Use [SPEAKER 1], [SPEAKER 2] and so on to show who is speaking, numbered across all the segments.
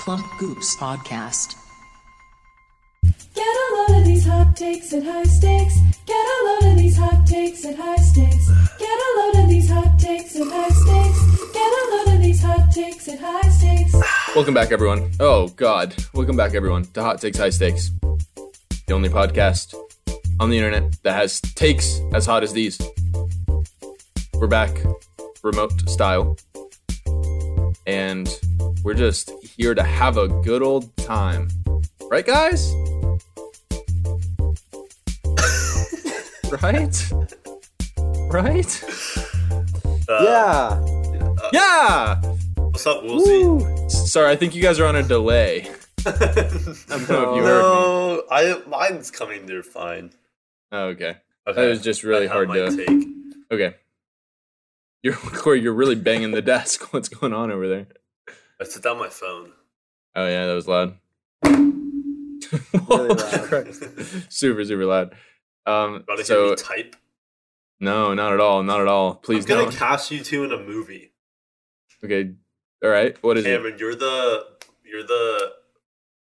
[SPEAKER 1] Plump Goops Podcast.
[SPEAKER 2] Get a load of these hot takes at high stakes. Get a load of these hot takes at high stakes. Get a load of these hot takes at high stakes. Get a load of these hot takes at high stakes.
[SPEAKER 3] Welcome back, everyone. Oh, God. Welcome back, everyone, to Hot Takes High Stakes, the only podcast on the internet that has takes as hot as these. We're back, remote style, and we're just here to have a good old time. Right, guys? right? Right?
[SPEAKER 4] Yeah.
[SPEAKER 3] Yeah!
[SPEAKER 5] Uh, What's up, Woolsey?
[SPEAKER 3] Sorry, I think you guys are on a delay. I don't know if you heard me.
[SPEAKER 5] No, I mine's coming through fine.
[SPEAKER 3] Oh, okay.
[SPEAKER 5] Okay.
[SPEAKER 3] That was just really
[SPEAKER 5] I
[SPEAKER 3] hard
[SPEAKER 5] found my
[SPEAKER 3] to.
[SPEAKER 5] take.
[SPEAKER 3] Okay. You're Corey, you're really banging the desk. What's going on over there?
[SPEAKER 5] I set down my phone.
[SPEAKER 3] Oh yeah, that was loud.
[SPEAKER 4] Really loud.
[SPEAKER 3] super, super loud. Um
[SPEAKER 5] About to hear
[SPEAKER 3] so
[SPEAKER 5] me type.
[SPEAKER 3] no, not at all, not at all. Please
[SPEAKER 5] I'm gonna
[SPEAKER 3] don't.
[SPEAKER 5] cast you two in a movie.
[SPEAKER 3] okay. All right. What is it?
[SPEAKER 5] Cameron, you're the you're the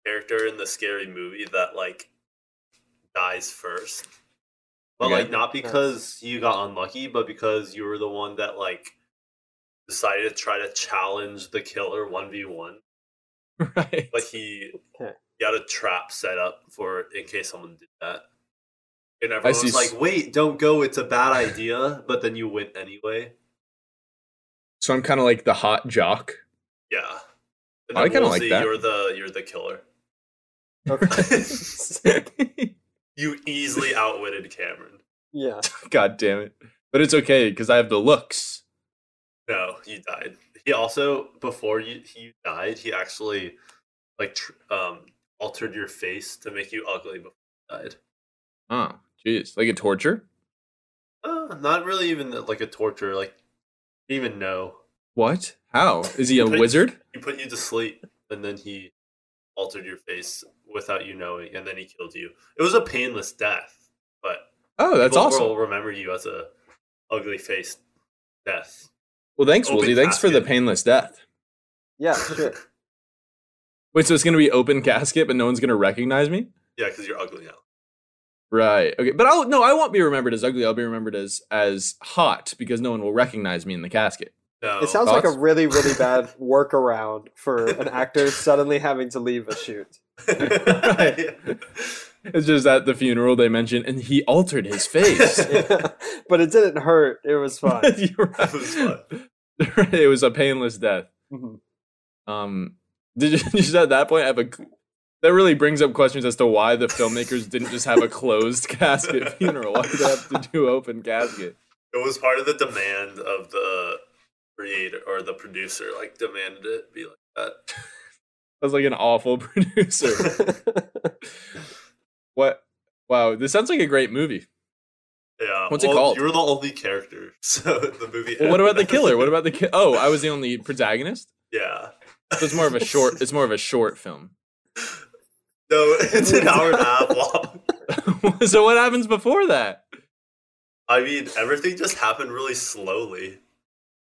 [SPEAKER 5] character in the scary movie that like dies first. But
[SPEAKER 3] Okay.
[SPEAKER 5] like not because you got unlucky, but because you were the one that like decided to try to challenge the killer one v one.
[SPEAKER 3] Right.
[SPEAKER 5] but he
[SPEAKER 4] Okay.
[SPEAKER 5] got a trap set up for in case someone did that. And
[SPEAKER 3] I
[SPEAKER 5] everyone
[SPEAKER 3] see
[SPEAKER 5] was
[SPEAKER 3] s-
[SPEAKER 5] like, "Wait, don't go! It's a bad idea." But then you went anyway.
[SPEAKER 3] So I'm kinda like the hot jock.
[SPEAKER 5] Yeah, and
[SPEAKER 3] I
[SPEAKER 5] then
[SPEAKER 3] kinda like
[SPEAKER 5] Woolsey,
[SPEAKER 3] that.
[SPEAKER 5] You're the you're the killer. you easily outwitted Cameron.
[SPEAKER 4] Yeah.
[SPEAKER 3] God damn it. But it's okay, because I have the looks.
[SPEAKER 5] No, you died. He also before you he died, he actually like tr- um altered your face to make you ugly before you died.
[SPEAKER 3] Oh, jeez. Like a torture?
[SPEAKER 5] Uh, not really even like a torture. Like even no.
[SPEAKER 3] What? How? Is he a
[SPEAKER 5] Put-
[SPEAKER 3] wizard?
[SPEAKER 5] He put you to sleep, and then he altered your face without you knowing, and then he killed you. It was a painless death, but
[SPEAKER 3] Oh, that's
[SPEAKER 5] people
[SPEAKER 3] awesome.
[SPEAKER 5] will remember you as a ugly faced death.
[SPEAKER 3] Well, thanks,
[SPEAKER 5] Open
[SPEAKER 3] Woolsey. Thanks for the
[SPEAKER 5] casket.
[SPEAKER 3] painless death.
[SPEAKER 4] Yeah, sure.
[SPEAKER 3] Wait, so it's gonna be open casket, but no one's gonna recognize me,
[SPEAKER 5] Yeah, because you're ugly now.
[SPEAKER 3] right? Okay, but I'll no, I won't be remembered as ugly. I'll be remembered as as hot because no one will recognize me in the casket.
[SPEAKER 5] No,
[SPEAKER 4] It sounds like
[SPEAKER 3] Oh, thoughts?
[SPEAKER 4] a really, really bad workaround for an actor suddenly having to leave a shoot.
[SPEAKER 3] It's just at the funeral they mentioned, and he altered his face.
[SPEAKER 4] but it didn't hurt. It was fine.
[SPEAKER 3] You're
[SPEAKER 5] That was
[SPEAKER 3] right. it was a painless death.
[SPEAKER 4] Mhm.
[SPEAKER 5] Mm-hmm.
[SPEAKER 3] Um, did you just at that point have a? That really brings up questions as to why the filmmakers didn't just have a closed casket funeral. Why did they have to do open casket?
[SPEAKER 5] it was part of the demand of the creator or the producer, like demanded it be like that.
[SPEAKER 3] That's like an awful producer. What? Wow, this sounds like a great movie.
[SPEAKER 5] Yeah.
[SPEAKER 3] What's it called?
[SPEAKER 5] You're the only character, so the movie.
[SPEAKER 3] Well, what about the
[SPEAKER 5] ended.
[SPEAKER 3] killer? What about the ki- Oh, I was the only protagonist.
[SPEAKER 5] Yeah.
[SPEAKER 3] So it's more of a short. It's more of a short film.
[SPEAKER 5] No, it's an hour and a half long.
[SPEAKER 3] so what happens before that?
[SPEAKER 5] I mean, everything just happened really slowly.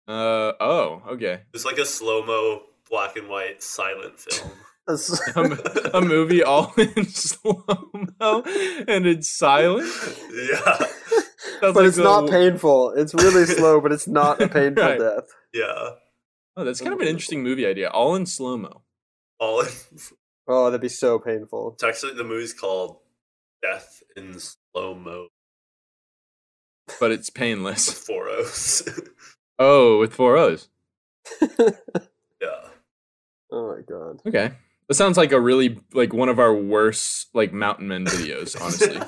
[SPEAKER 3] Uh oh, okay.
[SPEAKER 5] It's like a slow mo, black and white, silent film.
[SPEAKER 3] A, m- a movie all in slow mo and it's silent.
[SPEAKER 5] yeah,
[SPEAKER 3] Sounds
[SPEAKER 4] but
[SPEAKER 3] like
[SPEAKER 4] it's
[SPEAKER 3] the-
[SPEAKER 4] not painful. It's really slow, but it's not a painful
[SPEAKER 3] Right.
[SPEAKER 4] death.
[SPEAKER 5] yeah.
[SPEAKER 3] Oh, that's kind of an interesting movie idea. All in slow mo.
[SPEAKER 5] All it's
[SPEAKER 4] Oh, that'd be so painful.
[SPEAKER 5] actually the movie's called Death in Slow Mo
[SPEAKER 3] but it's painless.
[SPEAKER 5] Four O's.
[SPEAKER 3] Oh, with four O's.
[SPEAKER 5] yeah,
[SPEAKER 4] Oh my god.
[SPEAKER 3] Okay. That sounds like a really like one of our worst like Mountain Men videos, honestly.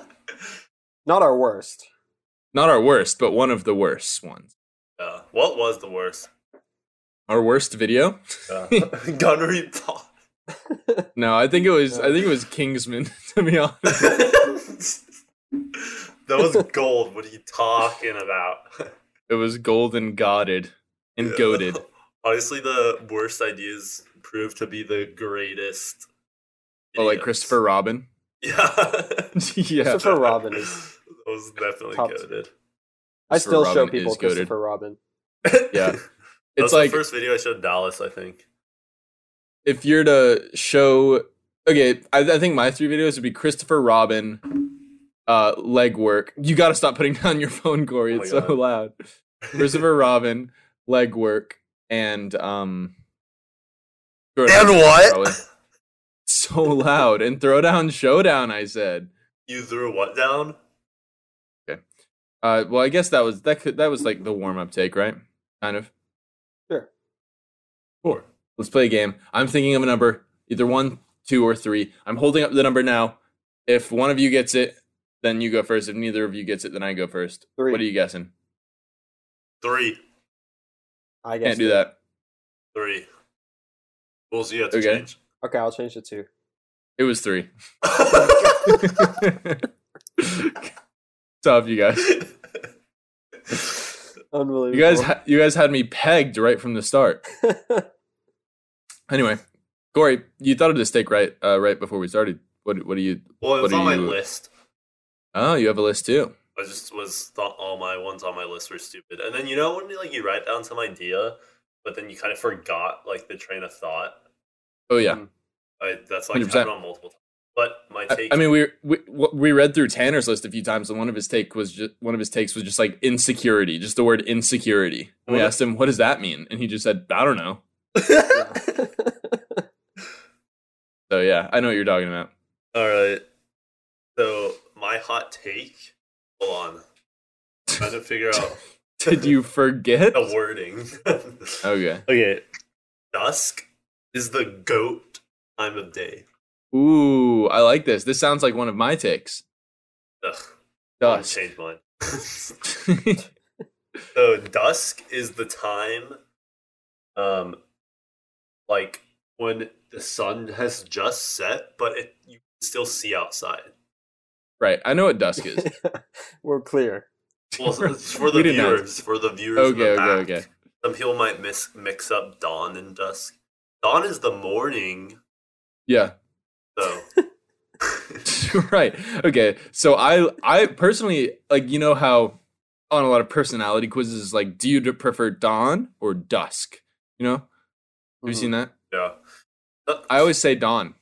[SPEAKER 4] Not our worst.
[SPEAKER 3] Not our worst, but one of the worst ones.
[SPEAKER 5] yeah. What was the worst?
[SPEAKER 3] Our worst video?
[SPEAKER 5] Yeah. Gunnery Paul.
[SPEAKER 3] No, I think it was I think it was Kingsman, to be honest.
[SPEAKER 5] that was gold. What are you talking about?
[SPEAKER 3] It was golden goaded and
[SPEAKER 5] Yeah.
[SPEAKER 3] goaded.
[SPEAKER 5] Honestly, the worst ideas prove to be the greatest.
[SPEAKER 3] Oh, like
[SPEAKER 5] ideas.
[SPEAKER 3] Christopher Robin.
[SPEAKER 5] Yeah.
[SPEAKER 3] yeah.
[SPEAKER 4] Christopher Robin is.
[SPEAKER 5] That was definitely
[SPEAKER 4] Top-
[SPEAKER 5] goaded.
[SPEAKER 4] I still
[SPEAKER 3] Christopher
[SPEAKER 4] show
[SPEAKER 3] Robin
[SPEAKER 4] people
[SPEAKER 3] is goated.
[SPEAKER 4] Christopher Robin.
[SPEAKER 3] Yeah.
[SPEAKER 5] That
[SPEAKER 3] It's
[SPEAKER 5] was
[SPEAKER 3] like
[SPEAKER 5] the first video I showed Dallas, I think.
[SPEAKER 3] if you're to show, okay, I, I think my three videos would be Christopher Robin, uh, legwork. You got to stop putting down your phone, Corey.
[SPEAKER 5] Oh my
[SPEAKER 3] It's so
[SPEAKER 5] God.
[SPEAKER 3] loud. Christopher Robin, legwork, and um. Throwdown
[SPEAKER 5] And
[SPEAKER 3] Showdown,
[SPEAKER 5] what?
[SPEAKER 3] probably. So loud and throwdown showdown. I said.
[SPEAKER 5] You threw what down?
[SPEAKER 3] Uh, well, I guess that was that could that was like the warm up take, right? Kind of.
[SPEAKER 4] Sure.
[SPEAKER 3] Four. Let's play a game. I'm thinking of a number, either one, two, or three. I'm holding up the number now. If one of you gets it, then you go first. If neither of you gets it, then I go first.
[SPEAKER 4] Three.
[SPEAKER 3] What are you guessing?
[SPEAKER 5] Three.
[SPEAKER 4] I guess.
[SPEAKER 3] Can't do that.
[SPEAKER 5] Three. Bulls, you have to
[SPEAKER 3] Okay.
[SPEAKER 5] change.
[SPEAKER 4] Okay, I'll change it to.
[SPEAKER 3] It was three. Tough, you guys.
[SPEAKER 4] Unbelievable.
[SPEAKER 3] You guys, ha- you guys had me pegged right from the start. Anyway, Corey, you thought of this take right, uh, right before we started. What, what do you?
[SPEAKER 5] well,
[SPEAKER 3] What
[SPEAKER 5] it's
[SPEAKER 3] do
[SPEAKER 5] on my
[SPEAKER 3] you-
[SPEAKER 5] list.
[SPEAKER 3] Oh, you have a list too.
[SPEAKER 5] I just was thought all my ones on my list were stupid. And then you know when like you write down some idea, but then you kind of forgot like the train of thought.
[SPEAKER 3] Oh yeah.
[SPEAKER 5] I, that's like
[SPEAKER 3] 100%.
[SPEAKER 5] happened on multiple times. But my
[SPEAKER 3] I,
[SPEAKER 5] take.
[SPEAKER 3] I mean, we, we we read through Tanner's list a few times, and one of his take was just one of his takes was just like insecurity, just the word insecurity. And we
[SPEAKER 5] What?
[SPEAKER 3] asked him, "What does that mean?" And he just said, "I don't know." So yeah, I know what you're talking about.
[SPEAKER 5] all right. So my hot take. Hold on. Trying to figure out
[SPEAKER 3] Did you forget?
[SPEAKER 5] the wording.
[SPEAKER 3] Okay.
[SPEAKER 5] okay. Dusk is the goat time of day.
[SPEAKER 3] Ooh, I like this. This sounds like one of my takes.
[SPEAKER 5] Ugh, I'll
[SPEAKER 3] Dusk.
[SPEAKER 5] change mine. So dusk is the time, um, like when the sun has just set, but it, you can still see outside.
[SPEAKER 3] right. I know what dusk is.
[SPEAKER 4] We're clear.
[SPEAKER 5] Well, so it's for the
[SPEAKER 3] We didn't know.
[SPEAKER 5] viewers, for the viewers. in
[SPEAKER 3] Okay.
[SPEAKER 5] the
[SPEAKER 3] Okay.
[SPEAKER 5] back.
[SPEAKER 3] Okay.
[SPEAKER 5] Some people might mis- mix up dawn and dusk. Dawn is the morning,
[SPEAKER 3] Yeah.
[SPEAKER 5] though.
[SPEAKER 3] right. Okay. So I I personally like you know how on a lot of personality quizzes like do you prefer dawn or dusk? You know? Have you
[SPEAKER 4] Mhm.
[SPEAKER 3] seen that?
[SPEAKER 5] yeah. Uh,
[SPEAKER 3] I always say dawn.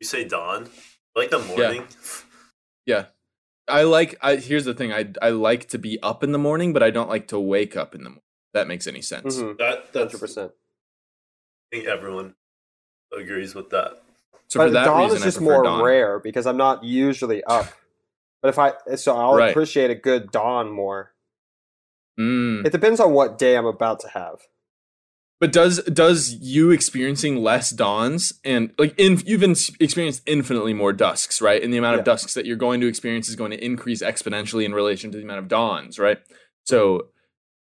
[SPEAKER 5] you say dawn, like the morning.
[SPEAKER 3] I like I here's the thing. I I like to be up in the morning, but I don't like to wake up in the morning. if That makes any sense.
[SPEAKER 4] Mhm,
[SPEAKER 5] That that's.
[SPEAKER 4] 100%.
[SPEAKER 5] I think everyone agrees with that.
[SPEAKER 3] So for
[SPEAKER 4] but
[SPEAKER 3] that
[SPEAKER 4] dawn
[SPEAKER 3] reason
[SPEAKER 4] is
[SPEAKER 3] I
[SPEAKER 4] just
[SPEAKER 3] prefer
[SPEAKER 4] more
[SPEAKER 3] dawn.
[SPEAKER 4] rare because I'm not usually up. But if I so I'll
[SPEAKER 3] Right.
[SPEAKER 4] appreciate a good dawn more.
[SPEAKER 3] Mm.
[SPEAKER 4] It depends on what day I'm about to have.
[SPEAKER 3] But does does you experiencing less dawns and like in, you've in, experienced infinitely more dusks, right? And the amount of
[SPEAKER 4] Yeah.
[SPEAKER 3] dusks that you're going to experience is going to increase exponentially in relation to the amount of dawns, right? So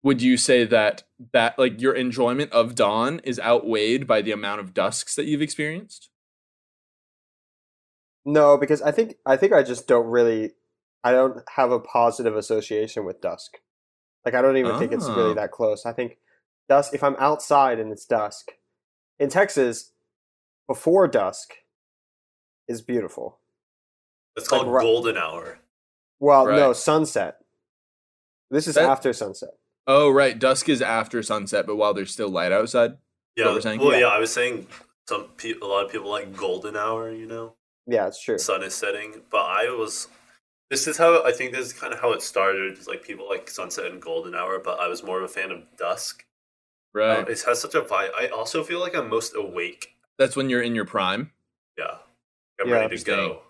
[SPEAKER 3] would you say that that like your enjoyment of dawn is outweighed by the amount of dusks that you've experienced?
[SPEAKER 4] No, because I think I think I just don't really I don't have a positive association with dusk. Like I don't even think it's
[SPEAKER 3] Oh.
[SPEAKER 4] really that close. I think dusk if I'm outside and it's dusk. In Texas, before dusk is beautiful.
[SPEAKER 5] It's
[SPEAKER 4] Like
[SPEAKER 5] called
[SPEAKER 4] ri-
[SPEAKER 5] golden hour.
[SPEAKER 4] Well, no,
[SPEAKER 3] Right.
[SPEAKER 4] sunset. This is
[SPEAKER 3] That-
[SPEAKER 4] after sunset.
[SPEAKER 3] Oh, right. Dusk is after sunset, but while there's still light outside.
[SPEAKER 5] Yeah,
[SPEAKER 3] what we're saying?
[SPEAKER 5] well,
[SPEAKER 3] Yeah.
[SPEAKER 5] yeah, I was saying some pe- a lot of people like golden hour, you know,
[SPEAKER 4] Yeah, it's true.
[SPEAKER 5] the sun is setting. But I was, this is how I think this is kind of how it started. Is like people like sunset and golden hour, but I was more of a fan of dusk. Um,
[SPEAKER 3] Right.
[SPEAKER 5] Oh, It has such a vibe. I also feel like I'm most awake.
[SPEAKER 3] That's when you're in your prime.
[SPEAKER 5] Yeah, I'm ready
[SPEAKER 4] Yeah,
[SPEAKER 5] to
[SPEAKER 3] interesting.
[SPEAKER 5] go.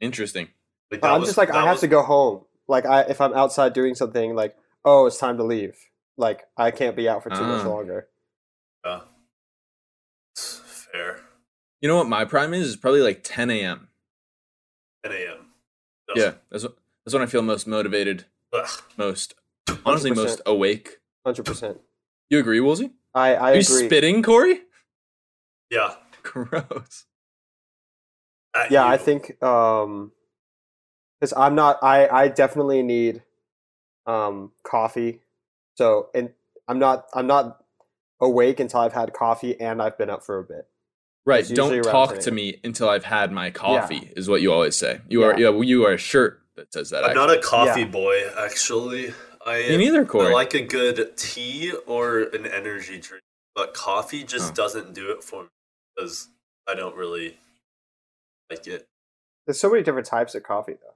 [SPEAKER 3] Interesting.
[SPEAKER 5] Like,
[SPEAKER 4] But
[SPEAKER 5] that
[SPEAKER 4] I'm
[SPEAKER 5] was-
[SPEAKER 4] just like I
[SPEAKER 5] that
[SPEAKER 4] have
[SPEAKER 5] was-
[SPEAKER 4] to go home. Like I if I'm outside doing something like, oh, it's time to leave. Like I can't be out for too much
[SPEAKER 3] Ah.
[SPEAKER 4] longer.
[SPEAKER 5] Yeah. It's fair.
[SPEAKER 3] You know what my prime is? Is probably like 10 a.m.
[SPEAKER 5] 10 a.m.
[SPEAKER 3] Yeah, that's wh- that's when I feel most motivated,
[SPEAKER 5] Ugh.
[SPEAKER 3] most honestly,
[SPEAKER 4] 100%.
[SPEAKER 3] most awake.
[SPEAKER 4] Hundred percent.
[SPEAKER 3] You agree, Woolsey?
[SPEAKER 4] I I
[SPEAKER 3] Are you
[SPEAKER 4] agree.
[SPEAKER 3] spitting, Corey?
[SPEAKER 5] Yeah.
[SPEAKER 3] Gross.
[SPEAKER 5] at
[SPEAKER 4] Yeah, I
[SPEAKER 5] you.
[SPEAKER 4] think um because I'm not I I definitely need um coffee. So and I'm not I'm not awake until I've had coffee and I've been up for a bit.
[SPEAKER 3] Right.
[SPEAKER 4] It's
[SPEAKER 3] Don't
[SPEAKER 4] usually around
[SPEAKER 3] talk
[SPEAKER 4] 10
[SPEAKER 3] to me until I've had my coffee. Is what you always say. You are
[SPEAKER 4] Yeah.
[SPEAKER 3] yeah. You are a shirt that says that.
[SPEAKER 5] I'm not a coffee
[SPEAKER 4] Yeah.
[SPEAKER 5] boy, actually. I
[SPEAKER 3] actually. me neither, Corey.
[SPEAKER 5] I like a good tea or an energy drink, but coffee just
[SPEAKER 3] Oh.
[SPEAKER 5] doesn't do it for me. because I don't really like it.
[SPEAKER 4] There's so many different types of coffee, though.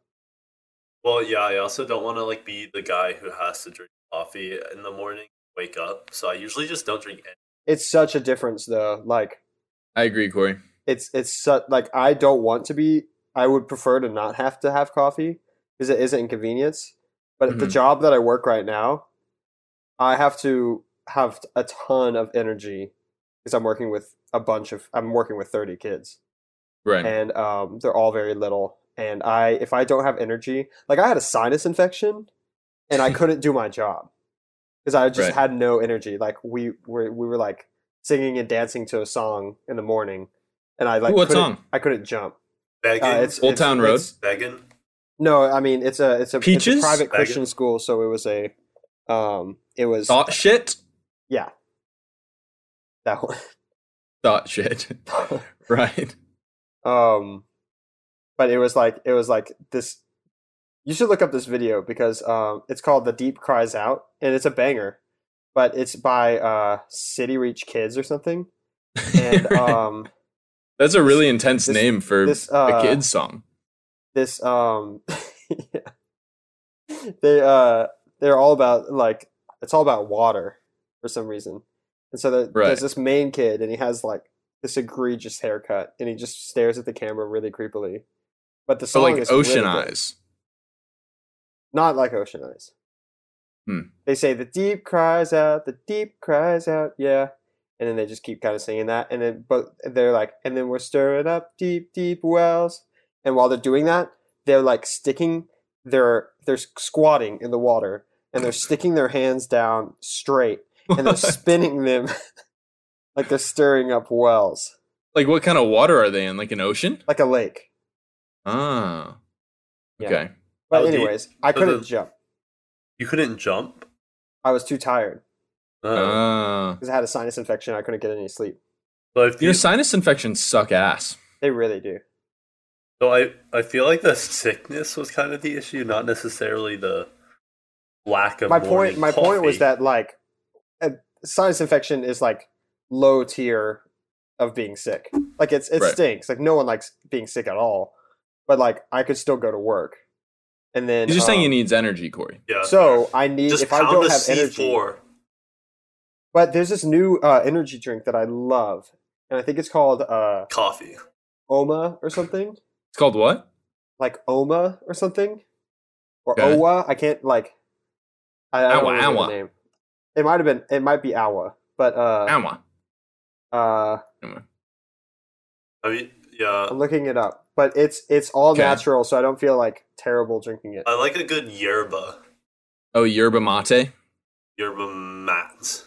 [SPEAKER 5] Well, yeah, I also don't want to like be the guy who has to drink coffee in the morning, wake up. So I usually just don't drink any.
[SPEAKER 4] It's such a difference, though. Like
[SPEAKER 3] I agree, Corey.
[SPEAKER 4] it's it's su- like I don't want to be. I would prefer to not have to have coffee because it is an inconvenience. But the
[SPEAKER 3] Mhm.
[SPEAKER 4] job that I work right now, I have to have a ton of energy because I'm working with a bunch of. I'm working with thirty kids,
[SPEAKER 3] Right.
[SPEAKER 4] and um, they're all very little. And I, if I don't have energy, like I had a sinus infection, and I couldn't do my job because I just
[SPEAKER 3] Right.
[SPEAKER 4] had no energy. Like we were, we were like singing and dancing to a song in the morning, and I like
[SPEAKER 3] Ooh, what
[SPEAKER 4] couldn't-
[SPEAKER 3] song?
[SPEAKER 4] I couldn't jump.
[SPEAKER 5] Megan,
[SPEAKER 4] Uh, it's
[SPEAKER 3] Old
[SPEAKER 4] it's-
[SPEAKER 3] Town Road?
[SPEAKER 4] it's-
[SPEAKER 5] Megan,
[SPEAKER 4] no, I mean it's a it's a, it's a
[SPEAKER 3] Peaches?
[SPEAKER 4] private
[SPEAKER 5] Faggot.
[SPEAKER 4] Christian school, so it was a um it was
[SPEAKER 3] Thought shit.
[SPEAKER 4] that one.
[SPEAKER 3] Thought shit. right.
[SPEAKER 4] um but it was like it was like this you should look up this video because um it's called The Deep Cries Out and it's a banger. But it's by uh City Reach Kids or something. And um
[SPEAKER 3] That's a really intense
[SPEAKER 4] this-
[SPEAKER 3] name for
[SPEAKER 4] this, uh,
[SPEAKER 3] a kids song.
[SPEAKER 4] this um yeah. they uh they're all about like it's all about water for some reason and so there,
[SPEAKER 3] Right.
[SPEAKER 4] there's this main kid and he has like this egregious haircut and he just stares at the camera really creepily but the
[SPEAKER 3] So
[SPEAKER 4] song
[SPEAKER 3] like
[SPEAKER 4] is
[SPEAKER 3] Ocean
[SPEAKER 4] really good.
[SPEAKER 3] Eyes.
[SPEAKER 4] not like ocean eyes
[SPEAKER 3] Hmm.
[SPEAKER 4] they say the deep cries out the deep cries out yeah and then they just keep kind of singing that and then but they're like and then we're stirring up deep deep wells and while they're doing that they're like sticking their they're squatting in the water and they're sticking their hands down straight and they're spinning them like they're stirring up wells
[SPEAKER 3] like what kind of water are they in? Like an ocean?
[SPEAKER 4] like a lake
[SPEAKER 3] Ah.
[SPEAKER 4] Yeah.
[SPEAKER 3] Okay.
[SPEAKER 4] but
[SPEAKER 5] How deep?
[SPEAKER 4] anyways i
[SPEAKER 5] Oh, So
[SPEAKER 4] couldn't
[SPEAKER 5] the-
[SPEAKER 4] jump
[SPEAKER 5] you couldn't jump.
[SPEAKER 4] i was too tired
[SPEAKER 5] Uh,
[SPEAKER 3] Ah.
[SPEAKER 4] because i had a sinus infection i couldn't get any sleep
[SPEAKER 5] so I feel,
[SPEAKER 3] you know, sinus infections suck ass.
[SPEAKER 4] they really do
[SPEAKER 5] so I, I feel like the sickness was kind of the issue, not necessarily the lack of
[SPEAKER 4] my point
[SPEAKER 5] morning
[SPEAKER 4] my point was
[SPEAKER 5] coffee.
[SPEAKER 4] that like a sinus infection is like low tier of being sick like it's it
[SPEAKER 3] Right.
[SPEAKER 4] stinks like no one likes being sick at all but like i could still go to work and then
[SPEAKER 3] He's just saying he
[SPEAKER 4] um,
[SPEAKER 3] needs energy, Corey.
[SPEAKER 5] yeah.
[SPEAKER 4] so i need
[SPEAKER 5] just
[SPEAKER 4] if i
[SPEAKER 5] pound
[SPEAKER 4] don't
[SPEAKER 5] the
[SPEAKER 4] have
[SPEAKER 5] C4.
[SPEAKER 4] energy but there's this new uh, energy drink that i love and i think it's called uh
[SPEAKER 5] coffee.
[SPEAKER 4] oma or something
[SPEAKER 3] It's called what?
[SPEAKER 4] like oma or something or
[SPEAKER 3] Okay.
[SPEAKER 4] owa i can't like i, I don't
[SPEAKER 3] Awa,
[SPEAKER 4] remember
[SPEAKER 3] awa.
[SPEAKER 4] the name it might have been it might be awa but uh
[SPEAKER 3] Awa.
[SPEAKER 4] uh
[SPEAKER 3] Anyway.
[SPEAKER 5] I mean, yeah,
[SPEAKER 4] I'm looking it up, but it's it's all
[SPEAKER 3] Uh, Okay. Uh,
[SPEAKER 4] natural, so I don't feel like terrible drinking it.
[SPEAKER 5] I like a good yerba,
[SPEAKER 3] Oh, yerba mate.
[SPEAKER 5] yerba mat.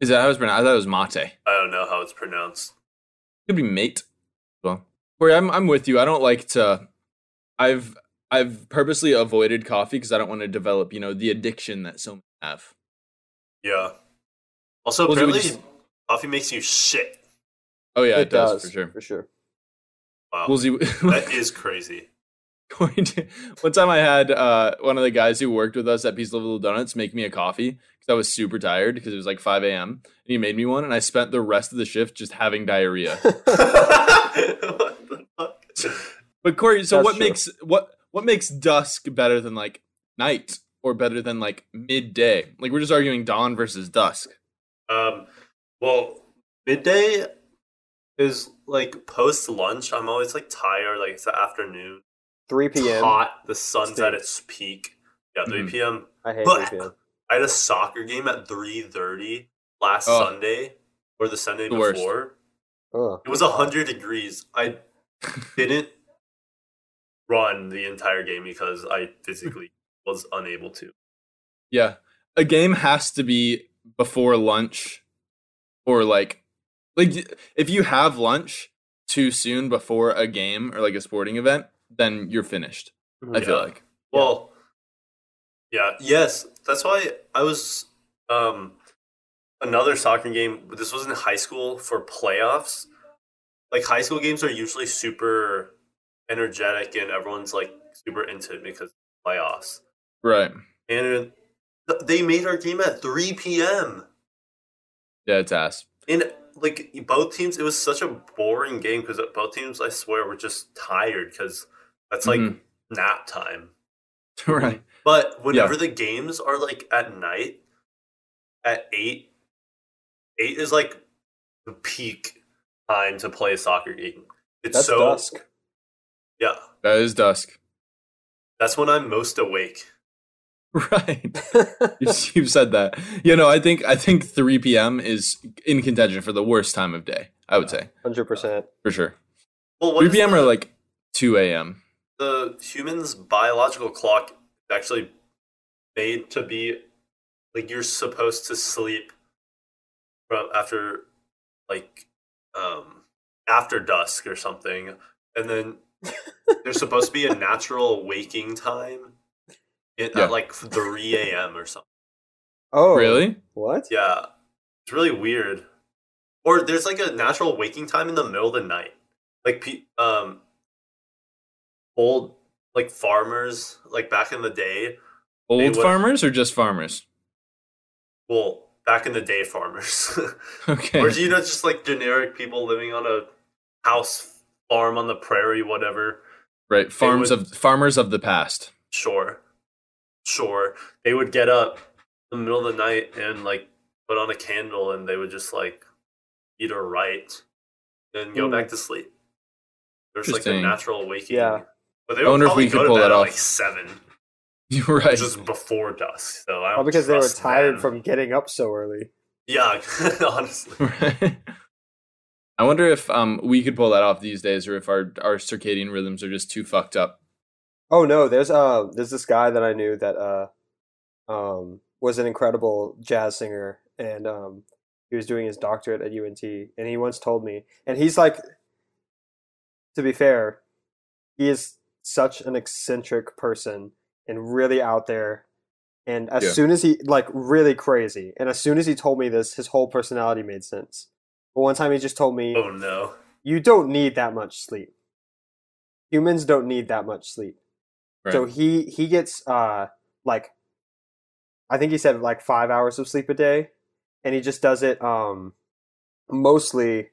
[SPEAKER 3] Is that how it's pronounced? I thought it was mate.
[SPEAKER 5] I don't know how it's pronounced.
[SPEAKER 3] Could be mate. Well, Corey, I'm I'm with you. I don't like to. I've I've purposely avoided coffee because I don't want to develop, you know, the addiction that some have.
[SPEAKER 5] Yeah. Also,
[SPEAKER 3] Well, do we
[SPEAKER 5] apparently,
[SPEAKER 3] just-
[SPEAKER 5] coffee makes you shit.
[SPEAKER 3] Oh yeah, it, does, for sure.
[SPEAKER 4] For sure.
[SPEAKER 5] Wow,
[SPEAKER 3] Woolsey,
[SPEAKER 5] that is crazy.
[SPEAKER 3] going to one time I had uh, one of the guys who worked with us at Peace Little Donuts make me a coffee because I was super tired because it was like 5 a.m. and he made me one and I spent the rest of the shift just having diarrhea.
[SPEAKER 5] what the fuck?
[SPEAKER 3] but Corey, so
[SPEAKER 4] That's
[SPEAKER 3] what
[SPEAKER 4] true.
[SPEAKER 3] makes what what makes dusk better than like night or better than like midday? Like we're just arguing dawn versus dusk.
[SPEAKER 5] Um, well, midday is like post lunch. I'm always like tired. Like it's the afternoon.
[SPEAKER 4] 3
[SPEAKER 5] It's
[SPEAKER 4] p.m.
[SPEAKER 5] hot. The sun's at
[SPEAKER 4] Stinks.
[SPEAKER 5] its peak. Yeah, 3
[SPEAKER 3] Mhm.
[SPEAKER 5] p.m.
[SPEAKER 4] I hate
[SPEAKER 5] But-
[SPEAKER 4] 3 p.m.
[SPEAKER 5] I had a soccer game at 3:30 last
[SPEAKER 3] Oh.
[SPEAKER 5] Sunday or the Sunday
[SPEAKER 3] The worst.
[SPEAKER 5] before.
[SPEAKER 4] Ugh.
[SPEAKER 5] It was 100 degrees. I didn't run the entire game because I physically was unable to.
[SPEAKER 3] Yeah. A game has to be before lunch or like like if you have lunch too soon before a game or like a sporting event, then you're finished. I feel
[SPEAKER 5] Yeah.
[SPEAKER 3] like.
[SPEAKER 5] Well, yeah, yes. That's why I was um another soccer game. This was in high school for playoffs. Like high school games are usually super energetic and everyone's like super into it because playoffs.
[SPEAKER 3] Right.
[SPEAKER 5] And uh, th- they made our game at 3 p.m.
[SPEAKER 3] Yeah, it's ass.
[SPEAKER 5] And like both teams, it was such a boring game because both teams, I swear, were just tired because that's like
[SPEAKER 3] Mhm.
[SPEAKER 5] nap time.
[SPEAKER 3] right.
[SPEAKER 5] But whenever the games are like at night, at eight, eight is like the peak time to play a soccer game. It's
[SPEAKER 4] That's
[SPEAKER 5] so
[SPEAKER 4] dusk.
[SPEAKER 5] yeah.
[SPEAKER 3] That is dusk.
[SPEAKER 5] That's when I'm most awake.
[SPEAKER 3] Right. You've, you've said that. You know, I think I think 3 p.m. is in contention for the worst time of day. I would say
[SPEAKER 4] Hundred percent.
[SPEAKER 3] for sure.
[SPEAKER 5] Well, what
[SPEAKER 3] 3
[SPEAKER 5] is
[SPEAKER 3] p.m.
[SPEAKER 5] the,
[SPEAKER 3] or like 2 a.m.
[SPEAKER 5] the human's biological clock is actually made to be like you're supposed to sleep from after like um after dusk or something and then there's supposed to be a natural waking time at,
[SPEAKER 3] Yeah.
[SPEAKER 5] at like 3 a.m or something
[SPEAKER 4] Oh,
[SPEAKER 3] Really?
[SPEAKER 4] What?
[SPEAKER 5] yeah it's really weird or there's like a natural waking time in the middle of the night like pe- um old like farmers like back in the day
[SPEAKER 3] Old
[SPEAKER 5] They would-
[SPEAKER 3] farmers or just farmers?
[SPEAKER 5] well back in the day farmers
[SPEAKER 3] Okay.
[SPEAKER 5] or do you know just like generic people living on a house farm on the prairie whatever
[SPEAKER 3] right. Farms
[SPEAKER 5] would-
[SPEAKER 3] of farmers of the past.
[SPEAKER 5] sure sure they would get up in the middle of the night and like put on a candle and they would just like eat or write and go
[SPEAKER 4] Hmm.
[SPEAKER 5] back to sleep there's like a
[SPEAKER 3] Interesting.
[SPEAKER 5] natural waking
[SPEAKER 4] Yeah.
[SPEAKER 5] but they would
[SPEAKER 3] wonder if
[SPEAKER 5] probably
[SPEAKER 3] we
[SPEAKER 5] go
[SPEAKER 3] could
[SPEAKER 5] to
[SPEAKER 3] pull
[SPEAKER 5] bed
[SPEAKER 3] that
[SPEAKER 5] at
[SPEAKER 3] off.
[SPEAKER 5] like seven
[SPEAKER 3] You're right.
[SPEAKER 5] which is before dusk so I
[SPEAKER 4] Oh,
[SPEAKER 5] don't
[SPEAKER 4] because they were
[SPEAKER 5] trust
[SPEAKER 4] tired
[SPEAKER 5] them.
[SPEAKER 4] from getting up so early.
[SPEAKER 5] yeah honestly
[SPEAKER 3] Right. I wonder if um we could pull that off these days, or if our our circadian rhythms are just too fucked up.
[SPEAKER 4] Oh no, there's uh there's this guy that I knew that uh um was an incredible jazz singer and um he was doing his doctorate at UNT and he once told me and he's like to be fair, he is such an eccentric person and really out there and as
[SPEAKER 3] Yeah.
[SPEAKER 4] soon as he like really crazy and as soon as he told me this his whole personality made sense. But one time he just told me
[SPEAKER 5] oh no
[SPEAKER 4] you don't need that much sleep. Humans don't need that much sleep.
[SPEAKER 3] Right.
[SPEAKER 4] So he he gets uh like I think he said like 5 hours of sleep a day and he just does it um mostly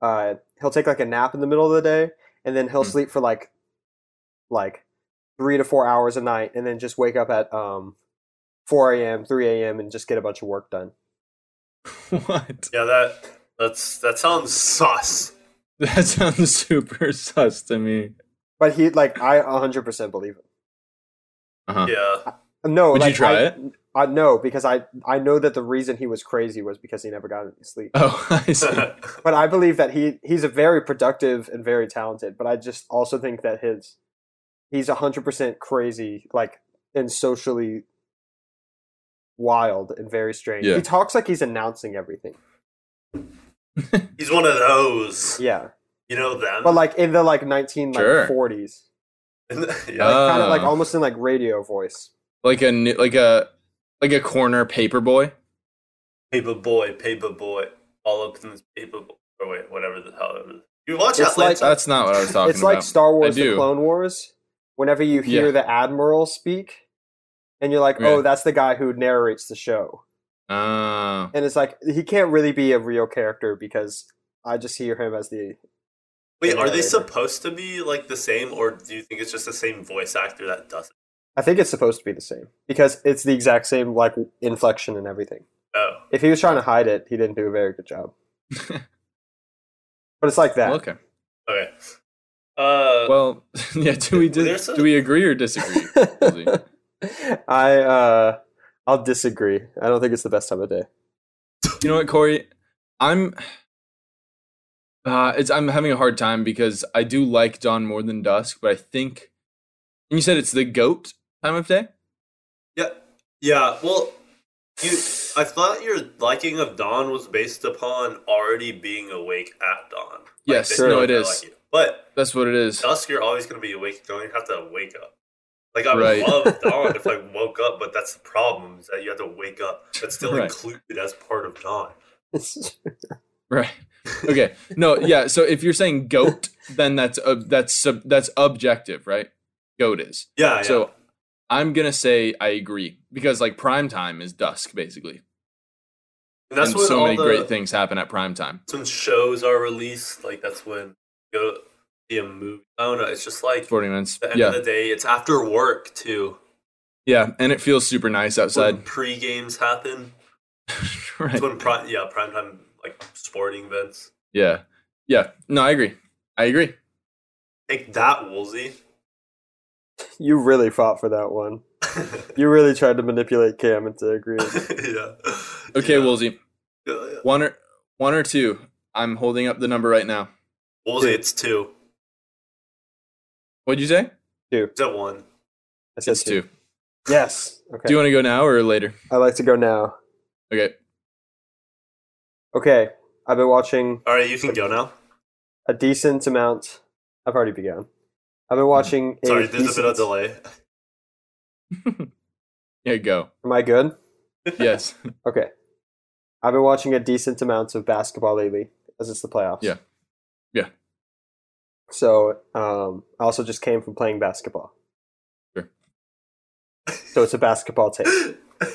[SPEAKER 4] uh he'll take like a nap in the middle of the day and then he'll
[SPEAKER 3] Hmm.
[SPEAKER 4] sleep for like like 3 to 4 hours a night and then just wake up at um 4 a.m., 3 a.m. and just get a bunch of work done.
[SPEAKER 3] what?
[SPEAKER 5] yeah that that's that sounds sus
[SPEAKER 3] That sounds super sus to me.
[SPEAKER 4] But he like I 100% believe him. Uh,
[SPEAKER 3] Uh-huh.
[SPEAKER 5] yeah
[SPEAKER 4] No,
[SPEAKER 3] Would you
[SPEAKER 4] like
[SPEAKER 3] try
[SPEAKER 4] I,
[SPEAKER 3] it?
[SPEAKER 4] I no, because I I know that the reason he was crazy was because he never got any sleep.
[SPEAKER 3] Oh, I see.
[SPEAKER 4] But I believe that he he's a very productive and very talented. But I just also think that his he's hundred percent crazy, like and socially wild and very strange.
[SPEAKER 3] Yeah.
[SPEAKER 4] He talks like he's announcing everything.
[SPEAKER 5] He's one of those.
[SPEAKER 4] Yeah,
[SPEAKER 5] You know them.
[SPEAKER 4] but like in the like nineteen
[SPEAKER 3] Sure.
[SPEAKER 4] like forties,
[SPEAKER 5] yeah.
[SPEAKER 3] Uh,
[SPEAKER 4] kind of like
[SPEAKER 3] Ah.
[SPEAKER 4] almost in like radio voice.
[SPEAKER 3] like a ni- like a like a corner paper boy.
[SPEAKER 5] paper boy, paper boy, all up in this paper boy. Or wait, whatever the hell it was. You watch
[SPEAKER 4] It's like-
[SPEAKER 5] Atlanta?
[SPEAKER 3] That's not what I was talking
[SPEAKER 4] it's
[SPEAKER 3] about.
[SPEAKER 4] like Star Wars: The
[SPEAKER 3] do.
[SPEAKER 4] Clone Wars. Whenever you hear
[SPEAKER 3] Yeah.
[SPEAKER 4] the admiral speak, and you're like,
[SPEAKER 3] Yeah.
[SPEAKER 4] "Oh, that's the guy who narrates the show,"
[SPEAKER 3] Ah,
[SPEAKER 4] and it's like he can't really be a real character because I just hear him as the.
[SPEAKER 5] wait, are they
[SPEAKER 4] narrator.
[SPEAKER 5] supposed to be like the same, or do you think it's just the same voice actor that does it?
[SPEAKER 4] I think it's supposed to be the same because it's the exact same like inflection and everything.
[SPEAKER 5] Oh,
[SPEAKER 4] If he was trying to hide it, he didn't do a very good job. but it's like that.
[SPEAKER 3] well, okay.
[SPEAKER 5] okay. Uh,
[SPEAKER 3] Well, yeah. Do we do,
[SPEAKER 5] There's a-
[SPEAKER 3] do we agree or disagree? Lindsay?
[SPEAKER 4] I uh, I'll disagree. I don't think it's the best time of day.
[SPEAKER 3] you know what, Corey? I'm. Uh, it's I'm having a hard time because I do like dawn more than dusk, but I think. And you said it's the goat time of day.
[SPEAKER 5] yeah, yeah. Well, you. I thought your liking of Dawn was based upon already being awake at dawn. Like,
[SPEAKER 3] Yes,
[SPEAKER 5] that
[SPEAKER 4] sure.
[SPEAKER 5] you
[SPEAKER 4] no,
[SPEAKER 5] don't
[SPEAKER 3] it
[SPEAKER 5] know,
[SPEAKER 3] is.
[SPEAKER 5] you. But
[SPEAKER 3] That's what it is.
[SPEAKER 5] dusk, you're always going to be awake. You don't even have to wake up. Like I
[SPEAKER 3] Right.
[SPEAKER 5] would love dawn if I woke up, but that's the problem is that you have to wake up. That's still
[SPEAKER 3] Right.
[SPEAKER 5] included as part of dawn.
[SPEAKER 3] Right. Okay. No. Yeah. So if you're saying goat, then that's ob that's sub- that's objective, right? Goat is.
[SPEAKER 5] Yeah. yeah.
[SPEAKER 3] So I'm gonna say I agree because like prime time is dusk basically.
[SPEAKER 5] And that's
[SPEAKER 3] and
[SPEAKER 5] when
[SPEAKER 3] so
[SPEAKER 5] all
[SPEAKER 3] many
[SPEAKER 5] the,
[SPEAKER 3] great things happen at prime time.
[SPEAKER 5] That's when shows are released. Like that's when you go see a movie. I don't know. It's just like
[SPEAKER 3] Sporting events.
[SPEAKER 5] the end
[SPEAKER 3] Yeah.
[SPEAKER 5] of the day. It's after work too.
[SPEAKER 3] Yeah. And it feels super nice
[SPEAKER 5] When
[SPEAKER 3] outside.
[SPEAKER 5] pre games happen.
[SPEAKER 3] right.
[SPEAKER 5] It's when prime yeah prime time like sporting events.
[SPEAKER 3] Yeah. Yeah. No, I agree. I agree.
[SPEAKER 5] Take that, Woolsey.
[SPEAKER 4] You really fought for that one. You really tried to manipulate Cam into agreeing.
[SPEAKER 5] yeah.
[SPEAKER 3] Okay,
[SPEAKER 5] yeah.
[SPEAKER 3] Woolsey.
[SPEAKER 5] Yeah, yeah.
[SPEAKER 3] One or one or two. I'm holding up the number right now.
[SPEAKER 5] Woolsey, it's two.
[SPEAKER 3] What'd you say?
[SPEAKER 5] It's at one.
[SPEAKER 4] I said
[SPEAKER 3] It's two.
[SPEAKER 4] Yes. Okay.
[SPEAKER 3] Do you want to go now or later?
[SPEAKER 4] I like to go now.
[SPEAKER 3] Okay.
[SPEAKER 4] Okay. I've been watching
[SPEAKER 5] All right, you can go now.
[SPEAKER 4] a decent amount. I've already begun. I've been watching.
[SPEAKER 5] Hmm.
[SPEAKER 4] A
[SPEAKER 5] Sorry, there's a bit
[SPEAKER 4] decent-
[SPEAKER 5] of delay.
[SPEAKER 3] Yeah, go.
[SPEAKER 4] Am I good?
[SPEAKER 3] Yes.
[SPEAKER 4] Okay. I've been watching a decent amount of basketball lately, as it's the playoffs.
[SPEAKER 3] Yeah. Yeah.
[SPEAKER 4] So um, I also just came from playing basketball.
[SPEAKER 3] Sure.
[SPEAKER 4] So it's a basketball take.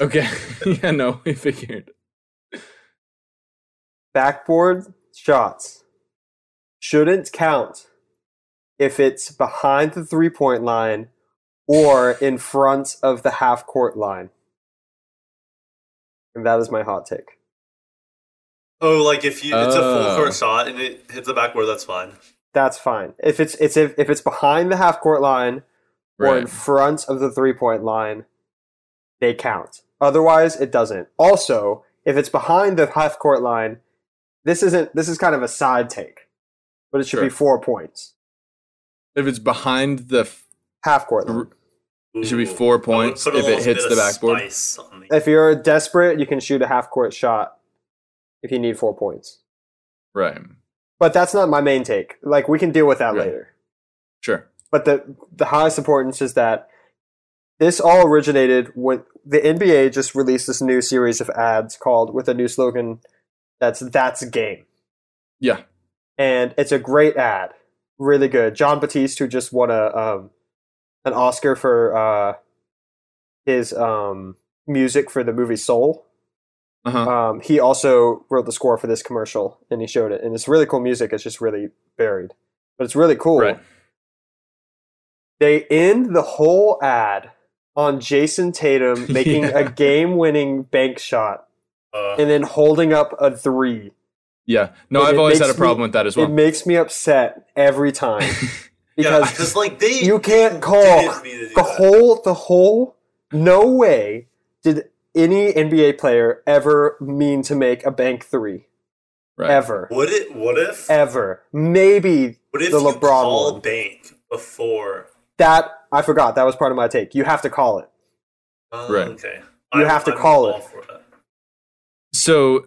[SPEAKER 3] Okay. yeah, no, we figured.
[SPEAKER 4] Backboard shots shouldn't count if it's behind the three point line or in front of the half court line. And that is my hot take.
[SPEAKER 5] Oh, like if you it's a full
[SPEAKER 3] Oh.
[SPEAKER 5] court shot and it hits the backboard, that's fine.
[SPEAKER 4] That's fine. If it's it's if, if it's behind the half court line or in
[SPEAKER 3] Right.
[SPEAKER 4] front of the three point line, they count. Otherwise, it doesn't. Also, if it's behind the half court line, this isn't this is kind of a side take, but it should be
[SPEAKER 3] Sure.
[SPEAKER 4] four points.
[SPEAKER 3] If it's behind the f-
[SPEAKER 4] Half court line.
[SPEAKER 5] It
[SPEAKER 3] should be four
[SPEAKER 5] I would
[SPEAKER 3] points
[SPEAKER 5] put a
[SPEAKER 3] if it
[SPEAKER 5] little
[SPEAKER 3] hits
[SPEAKER 5] bit
[SPEAKER 3] the
[SPEAKER 5] of
[SPEAKER 3] backboard.
[SPEAKER 5] spice on the-
[SPEAKER 4] If you're desperate, you can shoot a half court shot if you need four points.
[SPEAKER 3] right.
[SPEAKER 4] But that's not my main take. Like we can deal with that
[SPEAKER 3] Right.
[SPEAKER 4] later.
[SPEAKER 3] Sure.
[SPEAKER 4] but the the highest importance is that this all originated when the NBA just released this new series of ads called with a new slogan that's that's game
[SPEAKER 3] Yeah.
[SPEAKER 4] and it's a great ad really good John Batiste who just won a um an Oscar for uh his um music for the movie Soul
[SPEAKER 3] Uh-huh.
[SPEAKER 4] um he also wrote the score for this commercial and he showed it and it's really cool music it's just really buried but it's really cool
[SPEAKER 3] Right.
[SPEAKER 4] they end the whole ad on Jason Tatum making
[SPEAKER 3] Yeah.
[SPEAKER 4] a game-winning bank shot
[SPEAKER 5] Uh,
[SPEAKER 4] and then holding up a three.
[SPEAKER 3] Yeah. No,
[SPEAKER 4] It-
[SPEAKER 3] I've
[SPEAKER 4] it
[SPEAKER 3] always had
[SPEAKER 4] makes
[SPEAKER 3] a problem
[SPEAKER 4] me-
[SPEAKER 3] with that as
[SPEAKER 4] It
[SPEAKER 3] well.
[SPEAKER 4] makes me upset every time
[SPEAKER 5] yeah,
[SPEAKER 4] because
[SPEAKER 5] because like they
[SPEAKER 4] you can't call
[SPEAKER 5] didn't mean to do
[SPEAKER 4] the
[SPEAKER 5] that.
[SPEAKER 4] whole the whole no way did any NBA player ever mean to make a bank three
[SPEAKER 3] Right.
[SPEAKER 4] ever
[SPEAKER 5] Would it? What if?
[SPEAKER 4] ever maybe
[SPEAKER 5] What if
[SPEAKER 4] the
[SPEAKER 5] you
[SPEAKER 4] LeBron
[SPEAKER 5] call
[SPEAKER 4] one.
[SPEAKER 5] bank before?
[SPEAKER 4] that I forgot that was part of my take you have to call it
[SPEAKER 5] Oh,
[SPEAKER 3] Right.
[SPEAKER 5] Okay.
[SPEAKER 4] You have to call it.
[SPEAKER 5] all for that.
[SPEAKER 3] So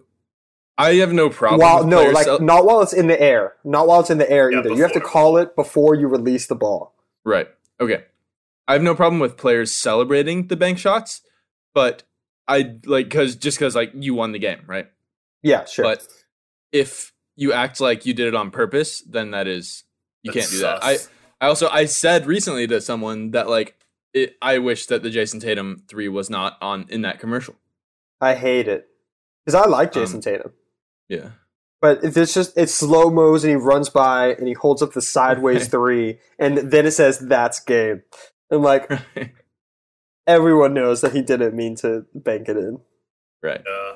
[SPEAKER 3] I have no problem.
[SPEAKER 4] while
[SPEAKER 3] with
[SPEAKER 4] no
[SPEAKER 3] players
[SPEAKER 4] like
[SPEAKER 3] cel-
[SPEAKER 4] not while it's in the air not while it's in the air
[SPEAKER 5] Yeah,
[SPEAKER 4] either you have to
[SPEAKER 5] before.
[SPEAKER 4] call it before you release the ball
[SPEAKER 3] Right. Okay. I have no problem with players celebrating the bank shots, but I like because just because like you won the game, right?
[SPEAKER 4] yeah sure
[SPEAKER 3] But if you act like you did it on purpose, then that is you
[SPEAKER 5] That's
[SPEAKER 3] can't do that. I
[SPEAKER 5] sus.
[SPEAKER 3] I also I said recently to someone that like it, I wish that the Jason Tatum three was not on in that commercial.
[SPEAKER 4] I hate it because I like Jason
[SPEAKER 3] Um,
[SPEAKER 4] Tatum,
[SPEAKER 3] Yeah.
[SPEAKER 4] but if it's just it's slow mos and he runs by and he holds up the sideways
[SPEAKER 3] Right.
[SPEAKER 4] three, and then it says that's game. And like everyone knows that he didn't mean to bank it in.
[SPEAKER 3] right.
[SPEAKER 5] Yeah.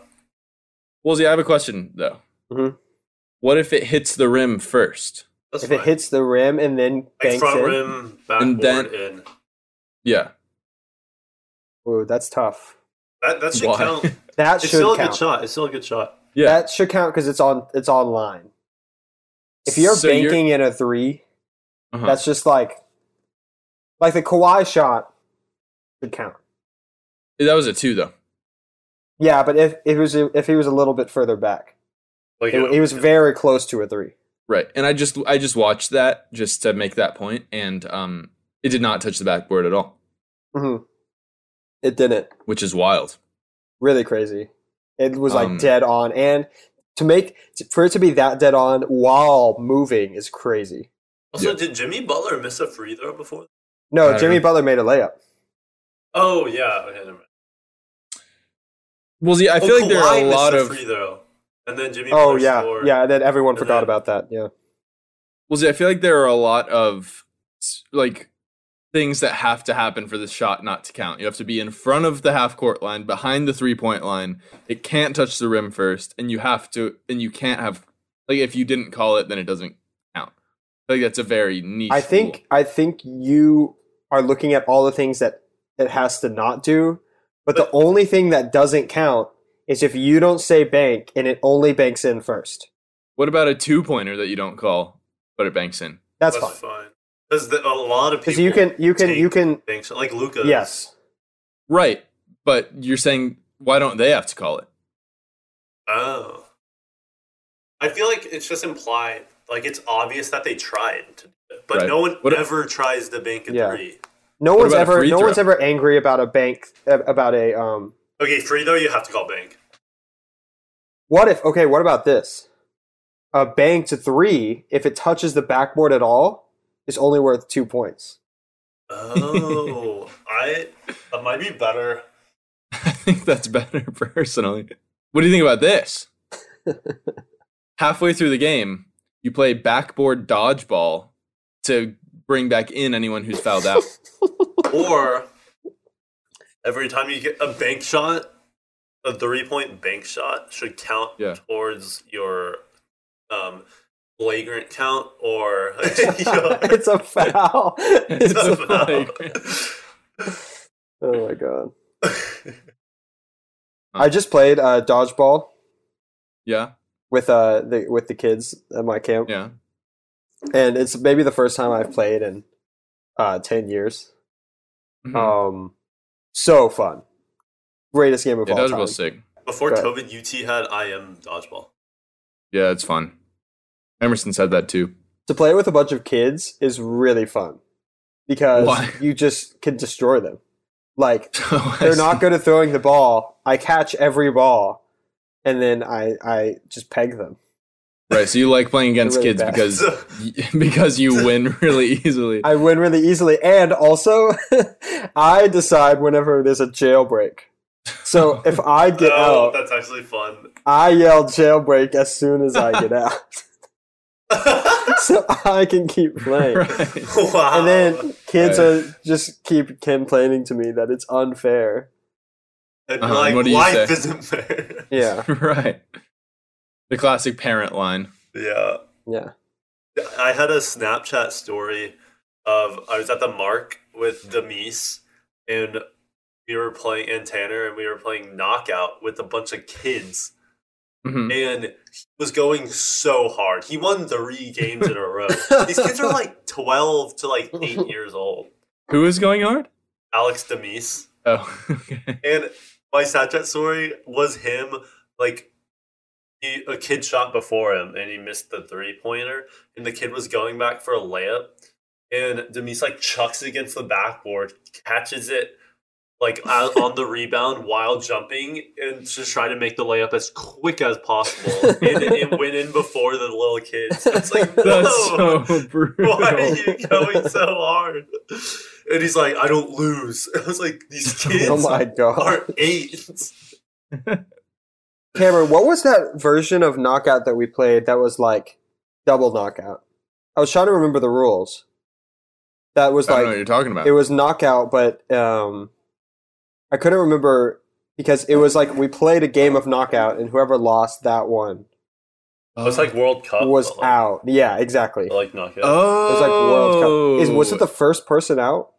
[SPEAKER 3] Woolsey, I have a question though.
[SPEAKER 4] Mhm.
[SPEAKER 3] What if it hits the rim first?
[SPEAKER 5] That's
[SPEAKER 4] if it
[SPEAKER 5] fine.
[SPEAKER 4] hits the rim and then
[SPEAKER 5] like
[SPEAKER 4] banks
[SPEAKER 5] front
[SPEAKER 4] in,
[SPEAKER 5] rim, backboard,
[SPEAKER 3] And then-
[SPEAKER 5] in.
[SPEAKER 3] Yeah.
[SPEAKER 4] whoa, that's tough.
[SPEAKER 5] That that should
[SPEAKER 3] Why?
[SPEAKER 5] count.
[SPEAKER 4] That
[SPEAKER 5] It's
[SPEAKER 4] should
[SPEAKER 5] still a
[SPEAKER 4] count.
[SPEAKER 5] good shot. It's still a good shot.
[SPEAKER 3] Yeah.
[SPEAKER 4] That should count because it's on it's online. If you're
[SPEAKER 3] So you're-
[SPEAKER 4] banking in a 3
[SPEAKER 3] Uh-huh.
[SPEAKER 4] that's just like like the Kawhi shot should count.
[SPEAKER 3] that was a two though.
[SPEAKER 4] Yeah, but if, if it was if he was a little bit further back.
[SPEAKER 5] Like
[SPEAKER 4] It,
[SPEAKER 5] it-
[SPEAKER 4] he was very close to a three.
[SPEAKER 3] Right. And I just I just watched that just to make that point and um it did not touch the backboard at all,
[SPEAKER 4] Mm-hmm. It didn't.
[SPEAKER 3] which is wild.
[SPEAKER 4] Really crazy. It was like
[SPEAKER 3] Um,
[SPEAKER 4] dead on, and to make for it to be that dead on while moving is crazy.
[SPEAKER 5] Also,
[SPEAKER 3] Yeah.
[SPEAKER 5] did Jimmy Butler miss a free throw before?
[SPEAKER 3] I
[SPEAKER 4] No,
[SPEAKER 3] don't
[SPEAKER 4] Jimmy
[SPEAKER 3] know.
[SPEAKER 4] Butler made a layup.
[SPEAKER 5] Oh yeah. Okay, never mind.
[SPEAKER 3] Well, see, I feel
[SPEAKER 5] Oh,
[SPEAKER 3] like there are a
[SPEAKER 5] Kawhi missed
[SPEAKER 3] lot
[SPEAKER 5] the
[SPEAKER 3] of
[SPEAKER 5] free throw, and then Jimmy.
[SPEAKER 4] Oh
[SPEAKER 5] Butler
[SPEAKER 4] yeah,
[SPEAKER 5] scored.
[SPEAKER 4] yeah. And then everyone
[SPEAKER 5] And
[SPEAKER 4] forgot
[SPEAKER 5] then-
[SPEAKER 4] about that. Yeah,
[SPEAKER 3] well, see, I feel like there are a lot of s- like things that have to happen for this shot not to count. You have to be in front of the half court line, behind the three point line. It can't touch the rim first, and you have to, and you can't have like if you didn't call it, then it doesn't count. I feel like that's a very niche.
[SPEAKER 4] I think I think you are looking at all the things that it has to not do, but the
[SPEAKER 5] But-
[SPEAKER 4] only thing that doesn't count is if you don't say bank and it only banks in first.
[SPEAKER 3] What about a two pointer that you don't call, but it banks in?
[SPEAKER 4] That's fine
[SPEAKER 5] Because a lot of
[SPEAKER 4] because
[SPEAKER 5] people
[SPEAKER 4] you can you can
[SPEAKER 5] take
[SPEAKER 4] you can
[SPEAKER 5] bank shot- like Luca.
[SPEAKER 4] yes.
[SPEAKER 3] Right, but you're saying why don't they have to call it?
[SPEAKER 5] Oh. I feel like it's just implied. Like it's obvious that they tried to do it, but
[SPEAKER 3] Right.
[SPEAKER 5] no one
[SPEAKER 3] What-
[SPEAKER 5] ever tries to bank a
[SPEAKER 4] Yeah.
[SPEAKER 5] three.
[SPEAKER 4] No
[SPEAKER 3] What
[SPEAKER 4] one's
[SPEAKER 3] about a
[SPEAKER 4] ever
[SPEAKER 3] free
[SPEAKER 4] no
[SPEAKER 3] throw?
[SPEAKER 4] one's ever angry about a bank ab- about a um.
[SPEAKER 5] Okay, free though you have to call bank.
[SPEAKER 4] What if okay? What about this? A bank to three, if it touches the backboard at all, is only worth two points.
[SPEAKER 5] Oh, I that might be better.
[SPEAKER 3] I think that's better personally. What do you think about this? Halfway through the game, you play backboard dodgeball to bring back in anyone who's fouled out.
[SPEAKER 5] Or every time you get a bank shot, a three-point bank shot should count
[SPEAKER 3] Yeah.
[SPEAKER 5] towards your um, flagrant count or
[SPEAKER 4] it's a foul. It's a
[SPEAKER 3] a
[SPEAKER 4] foul.
[SPEAKER 3] flagrant.
[SPEAKER 4] Oh my god!
[SPEAKER 3] Huh.
[SPEAKER 4] I just played uh, dodgeball
[SPEAKER 3] yeah,
[SPEAKER 4] with uh the with the kids at my camp,
[SPEAKER 3] yeah.
[SPEAKER 4] and it's maybe the first time I've played in uh, ten years.
[SPEAKER 3] Mhm.
[SPEAKER 4] Um, so fun, greatest game of
[SPEAKER 3] yeah,
[SPEAKER 4] all
[SPEAKER 3] dodgeball
[SPEAKER 4] time.
[SPEAKER 3] sick.
[SPEAKER 5] Before
[SPEAKER 4] Go ahead.
[SPEAKER 5] COVID, UT had IM dodgeball.
[SPEAKER 3] Yeah, it's fun. Emerson said that too.
[SPEAKER 4] To play with a bunch of kids is really fun because
[SPEAKER 3] Why?
[SPEAKER 4] you just can destroy them. Like they're not good at throwing the ball. I catch every ball, and then I I just peg them.
[SPEAKER 3] right. So you like playing against
[SPEAKER 4] really
[SPEAKER 3] kids
[SPEAKER 4] bad.
[SPEAKER 3] because y- because you win really easily.
[SPEAKER 4] I win really easily, and also I decide whenever there's a jailbreak. So if I get
[SPEAKER 5] oh,
[SPEAKER 4] out,
[SPEAKER 5] that's actually fun.
[SPEAKER 4] I yell jailbreak as soon as I get out,
[SPEAKER 5] wow.
[SPEAKER 4] so I can keep playing.
[SPEAKER 3] Right.
[SPEAKER 4] And
[SPEAKER 5] Oh,
[SPEAKER 4] then kids
[SPEAKER 3] Right.
[SPEAKER 4] are just keep complaining to me that it's unfair.
[SPEAKER 5] And
[SPEAKER 3] Uh-huh,
[SPEAKER 5] like,
[SPEAKER 3] what do you
[SPEAKER 5] life
[SPEAKER 3] say?
[SPEAKER 5] isn't fair.
[SPEAKER 4] Yeah,
[SPEAKER 3] right. The classic parent line.
[SPEAKER 5] yeah.
[SPEAKER 4] yeah.
[SPEAKER 5] I had a Snapchat story of I was at the mark with Demise and we were playing and Tanner and we were playing knockout with a bunch of kids
[SPEAKER 3] Mhm.
[SPEAKER 5] and he was going so hard. He won three games in a row.
[SPEAKER 4] Oh
[SPEAKER 5] These kids are like twelve to like eight years old.
[SPEAKER 3] Who is going hard?
[SPEAKER 5] Alex Demise.
[SPEAKER 3] Oh, okay.
[SPEAKER 5] And my Snapchat story was him like he, a kid shot before him and he missed the three pointer and the kid was going back for a layup and Demise like chucks it against the backboard, catches it like out on the rebound while jumping and just try to make the layup as quick as possible. and it, it went in before the little kids. It's like no.
[SPEAKER 3] That's so brutal.
[SPEAKER 5] Why are you going so hard? And he's like, I don't lose. I was like, these kids
[SPEAKER 4] Oh my god,
[SPEAKER 5] are eight.
[SPEAKER 4] Cameron, what was that version of knockout that we played that was like double knockout? I was trying to remember the rules. That
[SPEAKER 3] I
[SPEAKER 4] was
[SPEAKER 3] don't know
[SPEAKER 4] like
[SPEAKER 3] what you're talking about.
[SPEAKER 4] it was knockout, but um, I couldn't remember because it was like we played a game of knockout, and whoever lost that one
[SPEAKER 3] Oh.
[SPEAKER 5] It was Oh, like World Cup
[SPEAKER 4] was
[SPEAKER 5] but, like,
[SPEAKER 4] out. Yeah, exactly.
[SPEAKER 5] but,
[SPEAKER 4] It
[SPEAKER 5] Like knockout.
[SPEAKER 3] oh,
[SPEAKER 4] was like World Cup. Is, was it the first person out?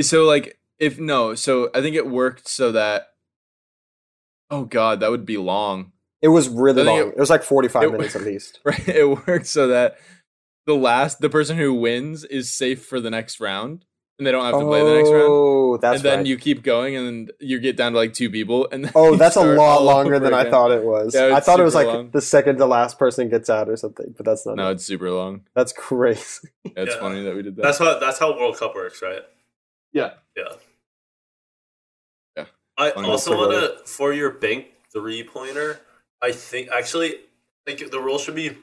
[SPEAKER 3] so like if no? So I think it worked so that. Oh God, that would be long.
[SPEAKER 4] It was really
[SPEAKER 3] I think
[SPEAKER 4] long. It, was like forty-five
[SPEAKER 3] it-
[SPEAKER 4] minutes at least.
[SPEAKER 3] Right? It worked so that the last the person who wins is safe for the next round, and they don't have to play the next round.
[SPEAKER 4] Oh, that's
[SPEAKER 3] and then
[SPEAKER 4] right.
[SPEAKER 3] you keep going, and then you get down to like two people, and then
[SPEAKER 4] Oh,
[SPEAKER 3] you
[SPEAKER 4] that's a
[SPEAKER 3] start
[SPEAKER 4] lot
[SPEAKER 3] all
[SPEAKER 4] longer
[SPEAKER 3] over
[SPEAKER 4] than I
[SPEAKER 3] again.
[SPEAKER 4] thought it was.
[SPEAKER 3] Yeah,
[SPEAKER 4] I
[SPEAKER 3] it's
[SPEAKER 4] thought it was like
[SPEAKER 3] super long.
[SPEAKER 4] the second to last person gets out or something, but that's not.
[SPEAKER 3] No,
[SPEAKER 4] it.
[SPEAKER 3] it's super long.
[SPEAKER 4] That's crazy.
[SPEAKER 3] That's
[SPEAKER 5] Yeah.
[SPEAKER 3] funny that we did that.
[SPEAKER 5] That's how that's how World Cup works, right?
[SPEAKER 3] Yeah.
[SPEAKER 5] Yeah.
[SPEAKER 3] Yeah.
[SPEAKER 5] I
[SPEAKER 3] Fine.
[SPEAKER 5] also
[SPEAKER 4] That's the
[SPEAKER 5] want to for your bank three pointer. I think actually, like the rule should be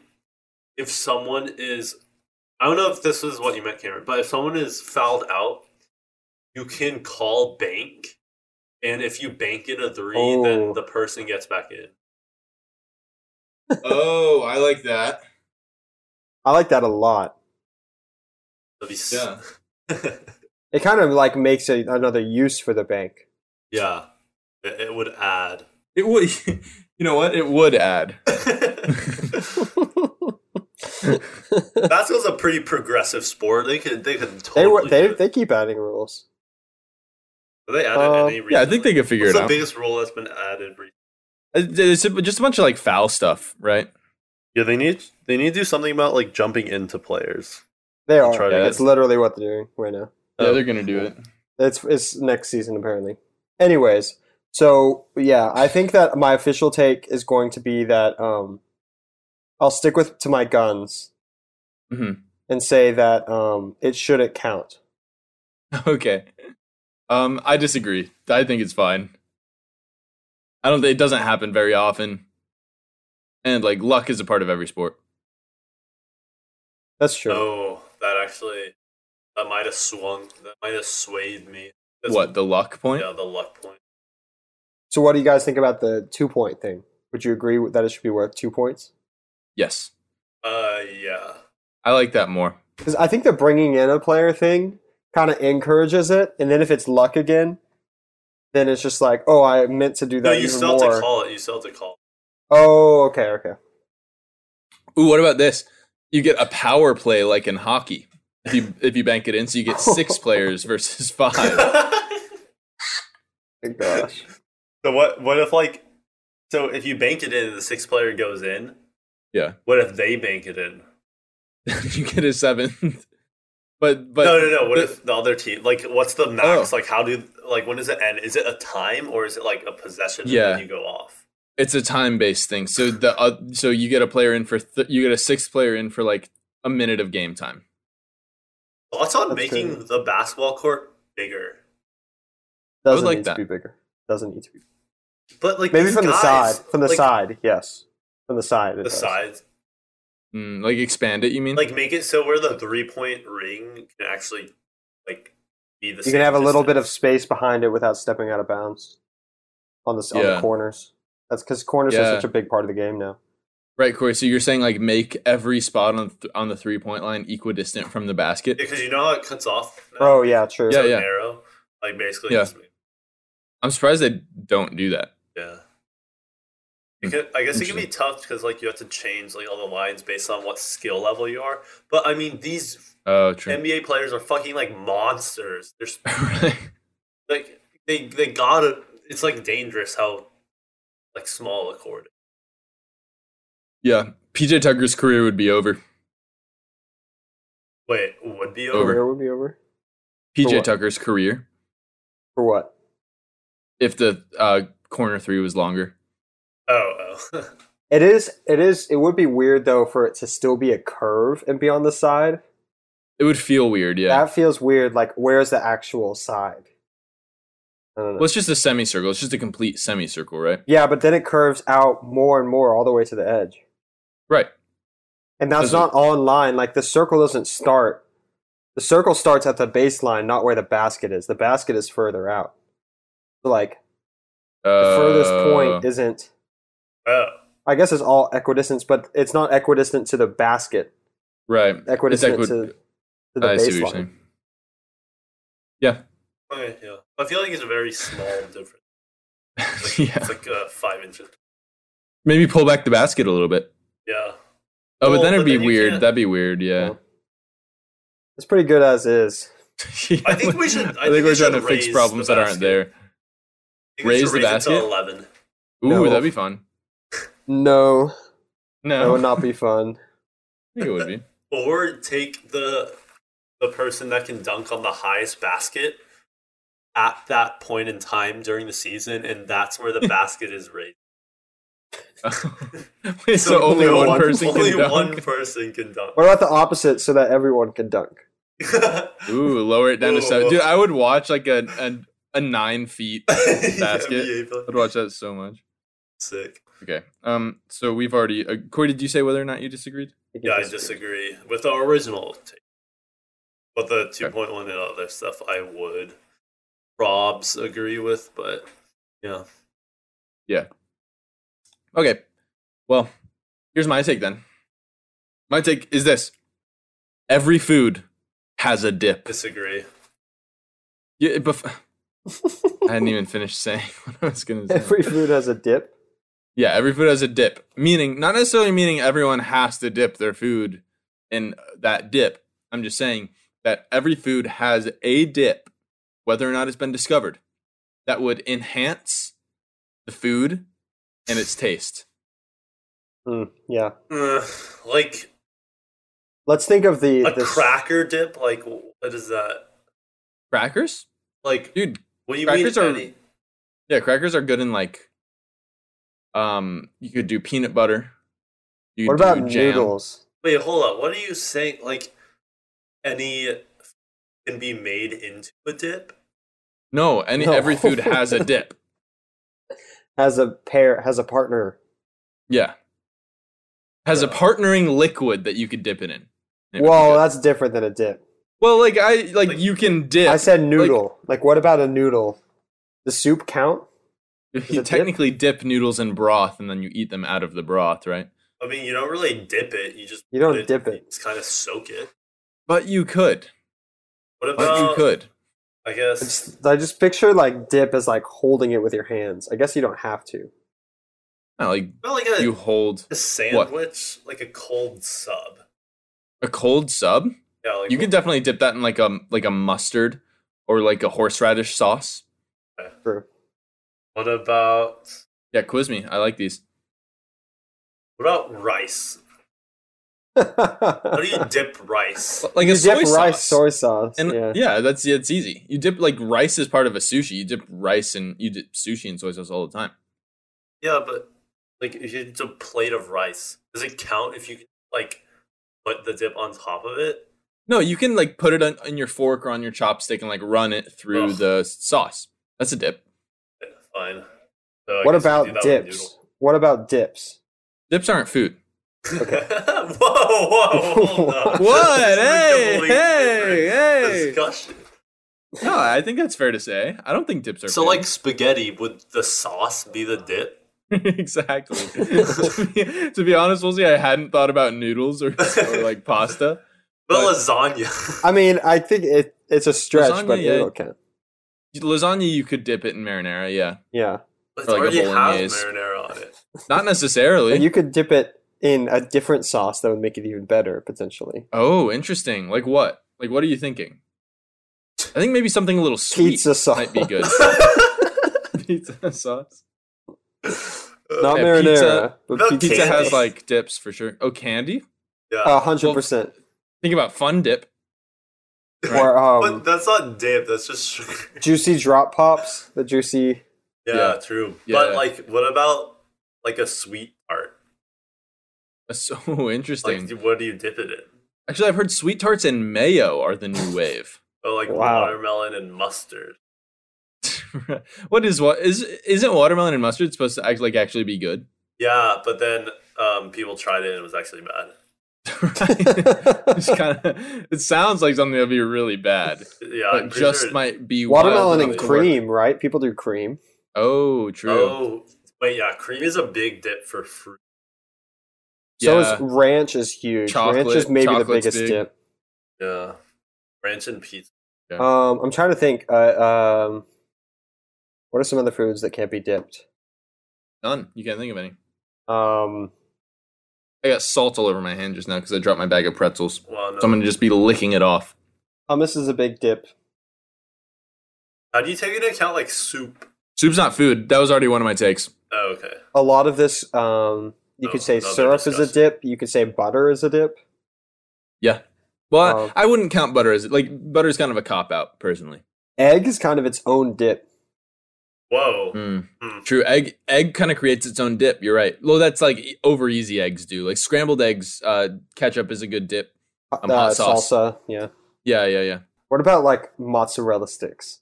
[SPEAKER 5] if someone is, I don't know if this is what you meant, Cameron, but if someone is fouled out, you can call bank And if you bank in a three,
[SPEAKER 4] Oh.
[SPEAKER 5] then the person gets back in.
[SPEAKER 3] oh, I like that.
[SPEAKER 4] I like that a lot.
[SPEAKER 5] That'd be s-
[SPEAKER 3] Yeah.
[SPEAKER 4] It kind of like makes a, another use for the bank.
[SPEAKER 5] yeah. It, it would add.
[SPEAKER 3] It would. You know what? It would add.
[SPEAKER 5] Basketball's a pretty progressive sport. They could they could totally
[SPEAKER 4] they were they
[SPEAKER 5] do it.
[SPEAKER 4] they keep adding rules.
[SPEAKER 5] Have they added
[SPEAKER 4] uh,
[SPEAKER 5] any
[SPEAKER 3] Yeah, I think they
[SPEAKER 5] recently?
[SPEAKER 3] could figure
[SPEAKER 5] What's
[SPEAKER 3] it
[SPEAKER 5] the
[SPEAKER 3] out.
[SPEAKER 5] biggest rule that's been added recently?
[SPEAKER 3] It's- It's a- just a bunch of like foul stuff, right?
[SPEAKER 5] Yeah, they need they need to do something about like jumping into players.
[SPEAKER 4] They are.
[SPEAKER 5] try
[SPEAKER 3] to
[SPEAKER 4] It's
[SPEAKER 3] add-
[SPEAKER 4] literally what they're doing right now.
[SPEAKER 3] Yeah, they're gonna do it.
[SPEAKER 4] It's it's next season apparently. Anyways, so yeah, I think that my official take is going to be that um, I'll stick with to my guns
[SPEAKER 3] Mhm.
[SPEAKER 4] and say that um, it shouldn't count.
[SPEAKER 3] Okay. Um, I disagree. I think it's fine. I don't. It doesn't happen very often. And like luck is a part of every sport.
[SPEAKER 4] That's true.
[SPEAKER 5] Oh, that actually that might have swung. That might have swayed me. That's-
[SPEAKER 3] What the luck point?
[SPEAKER 5] Yeah, the luck point.
[SPEAKER 4] So what do you guys think about the two point thing? Would you agree with- that it should be worth two points?
[SPEAKER 3] Yes,
[SPEAKER 5] Uh, yeah.
[SPEAKER 3] I like that more.
[SPEAKER 4] Because I think the bringing in a player thing kind of encourages it, and then if it's luck again, then it's just like, oh, I meant to do that
[SPEAKER 5] No, you
[SPEAKER 4] even
[SPEAKER 5] still
[SPEAKER 4] more.
[SPEAKER 5] have to call it. You still have to call.
[SPEAKER 4] Oh, okay, okay.
[SPEAKER 3] Ooh, what about this? You get a power play like in hockey. If you if you bank it in, so you get six players versus five.
[SPEAKER 5] it.
[SPEAKER 4] Thank gosh.
[SPEAKER 5] so what? What if like? So if you bank it in, and the sixth player goes in.
[SPEAKER 3] Yeah.
[SPEAKER 5] What if they bank it in?
[SPEAKER 3] you get a seventh. But but
[SPEAKER 5] no, no, no. What
[SPEAKER 3] the- Oh.
[SPEAKER 5] if the other team? Like, what's the max? Like, how do? Like, when does it end? Is it a time or is it like a possession?
[SPEAKER 3] Yeah.
[SPEAKER 5] And then you go off.
[SPEAKER 3] it's a time based thing. So the uh, so you get a player in for th- you get a sixth player in for like a minute of game time.
[SPEAKER 5] Thoughts on
[SPEAKER 4] That's
[SPEAKER 5] making
[SPEAKER 4] crazy.
[SPEAKER 5] the basketball court bigger?
[SPEAKER 3] I would
[SPEAKER 4] Doesn't
[SPEAKER 3] like
[SPEAKER 4] need
[SPEAKER 3] that.
[SPEAKER 4] to be bigger. Doesn't need to be.
[SPEAKER 5] But like
[SPEAKER 4] Maybe
[SPEAKER 5] these
[SPEAKER 4] from the
[SPEAKER 5] guys,
[SPEAKER 4] side. From the
[SPEAKER 5] like,
[SPEAKER 4] side, yes. From the side. it
[SPEAKER 5] the
[SPEAKER 4] does.
[SPEAKER 5] sides,
[SPEAKER 3] Mm, like expand it, you mean?
[SPEAKER 5] like make it so where the three point ring can actually like be the.
[SPEAKER 4] You can have a little bit of space behind it without stepping out of bounds on the s on the
[SPEAKER 3] Yeah.
[SPEAKER 4] corners. That's because corners are
[SPEAKER 3] Yeah.
[SPEAKER 4] such a big part of the game now.
[SPEAKER 3] right, Corey. So you're saying like make every spot on th- on the three point line equidistant from the basket.
[SPEAKER 5] because you know how it cuts off. now?
[SPEAKER 4] Oh yeah, true.
[SPEAKER 5] So
[SPEAKER 3] Yeah, yeah.
[SPEAKER 5] narrow. Like basically,
[SPEAKER 3] Yeah.
[SPEAKER 5] just-
[SPEAKER 3] I'm surprised they don't do that.
[SPEAKER 5] yeah. It
[SPEAKER 3] Hmm.
[SPEAKER 5] can, I guess it can be tough because like you have to change like all the lines based on what skill level you are. But I mean, these
[SPEAKER 3] Oh, true.
[SPEAKER 5] NBA players are fucking like monsters. They're s-
[SPEAKER 3] Right.
[SPEAKER 5] like they they gotta. It's like dangerous how like small a court. is.
[SPEAKER 3] yeah, PJ Tucker's career would be over.
[SPEAKER 5] Wait, would be
[SPEAKER 3] Over.
[SPEAKER 5] over.
[SPEAKER 4] Career would be over For
[SPEAKER 3] PJ
[SPEAKER 4] what?
[SPEAKER 3] Tucker's career
[SPEAKER 4] for what?
[SPEAKER 3] if the uh, corner three was longer.
[SPEAKER 5] Oh, oh.
[SPEAKER 4] It is. It is. It would be weird though for it to still be a curve and be on the side.
[SPEAKER 3] It would feel weird, yeah.
[SPEAKER 4] That feels weird. Like where's the actual side? I don't know.
[SPEAKER 3] well, it's just a semicircle. It's just a complete semicircle, right?
[SPEAKER 4] yeah, but then it curves out more and more all the way to the edge.
[SPEAKER 3] Right.
[SPEAKER 4] And that's
[SPEAKER 3] Doesn't-
[SPEAKER 4] not online. Like the circle doesn't start. The circle starts at the baseline, not where the basket is. The basket is further out. So like the furthest
[SPEAKER 3] Uh,
[SPEAKER 4] point isn't.
[SPEAKER 5] oh.
[SPEAKER 4] I guess it's all equidistant, but it's not equidistant to the basket.
[SPEAKER 3] right.
[SPEAKER 4] Equidistant
[SPEAKER 3] equi-
[SPEAKER 4] to, to the
[SPEAKER 3] I
[SPEAKER 4] baseline.
[SPEAKER 3] see what you're saying. Yeah,
[SPEAKER 5] Okay, yeah. I feel like it's a very small difference. Like,
[SPEAKER 3] yeah.
[SPEAKER 5] It's like uh, five inches.
[SPEAKER 3] Maybe pull back the basket a little bit.
[SPEAKER 5] Yeah.
[SPEAKER 3] Oh, but
[SPEAKER 5] Well,
[SPEAKER 3] then it'd
[SPEAKER 5] but
[SPEAKER 3] be
[SPEAKER 5] then you
[SPEAKER 3] weird.
[SPEAKER 5] can't-
[SPEAKER 3] That'd be weird. Yeah.
[SPEAKER 4] Yeah. It's pretty good as is.
[SPEAKER 5] I think we should- I
[SPEAKER 3] I, think
[SPEAKER 5] think we
[SPEAKER 3] we're trying to
[SPEAKER 5] should
[SPEAKER 3] fix
[SPEAKER 5] raise
[SPEAKER 3] problems
[SPEAKER 5] the
[SPEAKER 3] that aren't there.
[SPEAKER 5] basket. I think we should
[SPEAKER 3] Raise the
[SPEAKER 5] raise it to
[SPEAKER 3] basket?
[SPEAKER 5] 11.
[SPEAKER 3] Ooh,
[SPEAKER 4] No.
[SPEAKER 3] that'd be fun.
[SPEAKER 4] No,
[SPEAKER 3] No,
[SPEAKER 4] that would not be fun.
[SPEAKER 3] I think it would be.
[SPEAKER 5] Or take the the person that can dunk on the highest basket at that point in time during the season, and that's where the basket is raised.
[SPEAKER 3] Wait, so, only
[SPEAKER 5] no
[SPEAKER 3] one, person
[SPEAKER 5] only
[SPEAKER 3] can dunk.
[SPEAKER 5] one person can dunk.
[SPEAKER 4] What about the opposite so that everyone can dunk?
[SPEAKER 3] Ooh, lower it down to
[SPEAKER 5] Ooh.
[SPEAKER 3] seven. Dude, I would watch like a a, a nine feet basket.
[SPEAKER 5] NBA play.
[SPEAKER 3] I'd watch that so much.
[SPEAKER 5] Sick.
[SPEAKER 3] Okay. Um. So we've already. Uh, Corey, did you say whether or not you disagreed?
[SPEAKER 4] You can
[SPEAKER 5] Yeah, I
[SPEAKER 4] just-
[SPEAKER 5] disagree with the original take. But the
[SPEAKER 3] Okay.
[SPEAKER 5] 2.1 and other stuff, I would Robs agree with, but yeah.
[SPEAKER 3] Okay. Well, here's my take then. My take is this every food has a dip.
[SPEAKER 5] Disagree.
[SPEAKER 3] Yeah, it bef- I didn't even finish saying what I was going to say.
[SPEAKER 4] Every food has a dip.
[SPEAKER 3] yeah, every food has a dip. Meaning, not necessarily meaning everyone has to dip their food in that dip. I'm just saying that every food has a dip, whether or not it's been discovered, that would enhance the food and its taste.
[SPEAKER 4] Mm, yeah.
[SPEAKER 5] Uh, like
[SPEAKER 4] Let's think of the
[SPEAKER 5] a
[SPEAKER 4] this-
[SPEAKER 5] cracker dip. Like what is that?
[SPEAKER 3] Crackers?
[SPEAKER 5] Like
[SPEAKER 3] Dude,
[SPEAKER 5] what do you
[SPEAKER 3] crackers
[SPEAKER 5] mean?
[SPEAKER 3] are-
[SPEAKER 5] any-
[SPEAKER 3] Yeah, crackers are good in like um you could do peanut butter. You
[SPEAKER 4] What
[SPEAKER 3] could
[SPEAKER 4] about
[SPEAKER 3] do jam.
[SPEAKER 4] noodles?
[SPEAKER 5] Wait, hold up. What are you saying? Like any can be made into a dip?
[SPEAKER 3] No, any
[SPEAKER 4] No.
[SPEAKER 3] every food has a dip.
[SPEAKER 4] Has a pair? Has a partner?
[SPEAKER 3] Yeah. Has a partnering liquid that you could dip it in. It would be
[SPEAKER 4] well,
[SPEAKER 3] good.
[SPEAKER 4] that's different than a dip.
[SPEAKER 3] well like I like,
[SPEAKER 5] Like-
[SPEAKER 3] you can dip
[SPEAKER 4] I said noodle. Like, what about a noodle? The soup count?
[SPEAKER 3] like,
[SPEAKER 4] it
[SPEAKER 3] you
[SPEAKER 4] dip?
[SPEAKER 3] technically dip? noodles in broth and then you eat them out of the broth, right?
[SPEAKER 5] I mean, you don't really dip it. You just
[SPEAKER 4] You don't
[SPEAKER 5] put
[SPEAKER 4] dip it.
[SPEAKER 5] you Just kind of soak it.
[SPEAKER 3] But you could.
[SPEAKER 5] What
[SPEAKER 3] But
[SPEAKER 5] about
[SPEAKER 3] you could.
[SPEAKER 5] I
[SPEAKER 4] I
[SPEAKER 5] guess
[SPEAKER 4] just, I just picture like dip as like holding it with your hands. I guess you don't have to.
[SPEAKER 3] Not like
[SPEAKER 5] not like a,
[SPEAKER 3] you hold
[SPEAKER 5] a sandwich, like a cold sub.
[SPEAKER 3] a cold sub.
[SPEAKER 5] Yeah, like
[SPEAKER 3] You could definitely dip that in like a like a mustard or like a horseradish sauce.
[SPEAKER 4] True.
[SPEAKER 5] What about
[SPEAKER 3] Yeah, quiz me. I like these.
[SPEAKER 5] what about rice? How do you dip rice?
[SPEAKER 3] Like a
[SPEAKER 4] You
[SPEAKER 3] soy
[SPEAKER 4] dip
[SPEAKER 3] sauce.
[SPEAKER 4] rice, soy sauce.
[SPEAKER 3] and
[SPEAKER 4] yeah.
[SPEAKER 3] yeah. that's yeah, it's easy. You dip like rice is part of a sushi. You dip rice and you dip sushi and soy sauce all the time.
[SPEAKER 5] Yeah, but like if it's a plate of rice, does it count if you like put the dip on top of it?
[SPEAKER 3] No, you can like put it on, on your fork or on your chopstick and like run it through
[SPEAKER 5] Ugh.
[SPEAKER 3] the sauce. That's a dip.
[SPEAKER 5] Yeah, Fine. So I
[SPEAKER 4] What
[SPEAKER 5] guess we'll do
[SPEAKER 4] about
[SPEAKER 5] that with
[SPEAKER 4] dips? What about dips?
[SPEAKER 3] Dips aren't food.
[SPEAKER 5] noodle. whoa, whoa, hold up.
[SPEAKER 3] What?
[SPEAKER 5] This is a
[SPEAKER 3] Hey,
[SPEAKER 5] completely
[SPEAKER 3] hey,
[SPEAKER 5] different
[SPEAKER 3] hey.
[SPEAKER 5] Discussion.
[SPEAKER 3] No, I think that's fair to say. I don't think dips are
[SPEAKER 5] So,
[SPEAKER 3] food.
[SPEAKER 5] like spaghetti, would the sauce be the dip?
[SPEAKER 3] exactly. to, be, to be honest, Woolsey, I hadn't thought about noodles or, or like pasta.
[SPEAKER 5] But
[SPEAKER 3] But-
[SPEAKER 5] lasagna.
[SPEAKER 4] I mean, I think it it's a stretch, but
[SPEAKER 3] Lasagna, yeah.
[SPEAKER 4] it'll count.
[SPEAKER 3] Lasagna, you could dip it in marinara. Yeah,
[SPEAKER 4] Yeah.
[SPEAKER 3] like
[SPEAKER 5] It
[SPEAKER 3] a
[SPEAKER 5] already has
[SPEAKER 3] bolognese.
[SPEAKER 5] marinara on it.
[SPEAKER 3] not necessarily.
[SPEAKER 4] But you could dip it in a different sauce that would make it even better, potentially.
[SPEAKER 3] Oh, interesting. Like what? Like what are you thinking? I think maybe something a little sweet
[SPEAKER 4] Pizza sauce.
[SPEAKER 3] might be good. pizza sauce.
[SPEAKER 4] Not
[SPEAKER 3] Yeah,
[SPEAKER 4] marinara,
[SPEAKER 3] pizza-
[SPEAKER 4] but
[SPEAKER 5] Uh, No,
[SPEAKER 4] pizza,
[SPEAKER 3] Pizza has
[SPEAKER 5] Candy.
[SPEAKER 3] like dips for sure. Oh, candy.
[SPEAKER 5] Yeah.
[SPEAKER 4] a hundred percent.
[SPEAKER 3] Think about fun dip. right.
[SPEAKER 4] Or um,
[SPEAKER 5] but that's not dip. That's just sugar.
[SPEAKER 4] juicy drop pops. The juicy.
[SPEAKER 5] Yeah,
[SPEAKER 3] Yeah.
[SPEAKER 5] true.
[SPEAKER 3] Yeah.
[SPEAKER 5] But like, what about like a sweet tart?
[SPEAKER 3] That's so interesting.
[SPEAKER 5] Like, do- what do you dip it in?
[SPEAKER 3] Actually, I've heard sweet tarts and mayo are the new wave.
[SPEAKER 5] Oh, like
[SPEAKER 4] Wow.
[SPEAKER 5] watermelon and mustard.
[SPEAKER 3] what is what is isn't watermelon and mustard supposed to act like actually be good?
[SPEAKER 5] Yeah, but then um, people tried it and it was actually bad.
[SPEAKER 3] Right? it's kind of it sounds like something that'd be really bad,
[SPEAKER 5] Yeah, I'm
[SPEAKER 3] but
[SPEAKER 5] pretty
[SPEAKER 3] just
[SPEAKER 5] sure-
[SPEAKER 3] might be wild
[SPEAKER 4] Watermelon
[SPEAKER 3] enough
[SPEAKER 4] and
[SPEAKER 3] to work.
[SPEAKER 4] cream, right? People do cream.
[SPEAKER 3] Oh, true.
[SPEAKER 5] Oh, wait, yeah, cream is a big dip for fruit.
[SPEAKER 4] So
[SPEAKER 3] Yeah.
[SPEAKER 4] is ranch is huge. ranch is
[SPEAKER 3] Chocolate-
[SPEAKER 4] maybe the
[SPEAKER 3] chocolate's
[SPEAKER 4] biggest
[SPEAKER 3] big.
[SPEAKER 4] dip.
[SPEAKER 5] Yeah, ranch and pizza.
[SPEAKER 4] Um, I'm trying to think. Uh, um, what are some other foods that can't be dipped?
[SPEAKER 3] None. You can't think of any.
[SPEAKER 4] Um,
[SPEAKER 3] I got salt all over my hand just now because I dropped my bag of pretzels.
[SPEAKER 5] Well, no.
[SPEAKER 3] So I'm gonna just be licking it off.
[SPEAKER 4] hummus is a big dip.
[SPEAKER 5] How do you take into account like soup?
[SPEAKER 3] Soup's not food. That was already one of my takes.
[SPEAKER 5] Oh, okay.
[SPEAKER 4] A lot of this, um, you
[SPEAKER 5] Oh,
[SPEAKER 4] could say
[SPEAKER 5] another
[SPEAKER 4] syrup is a
[SPEAKER 5] discussion.
[SPEAKER 4] dip. You could say butter is a dip.
[SPEAKER 3] Well,
[SPEAKER 4] Oh.
[SPEAKER 3] I wouldn't count butter as like butter's kind of a cop out personally.
[SPEAKER 4] Egg is kind of its own dip.
[SPEAKER 5] Whoa.
[SPEAKER 3] Mm.
[SPEAKER 5] Hmm.
[SPEAKER 3] True. Egg egg kind of creates its own dip. You're right. Well, that's like e- over easy eggs do. Like scrambled eggs, uh, ketchup is a good dip.
[SPEAKER 4] Uh,
[SPEAKER 3] Um, hot sauce.
[SPEAKER 4] Salsa, yeah.
[SPEAKER 3] Yeah, yeah, yeah.
[SPEAKER 4] What about like mozzarella sticks?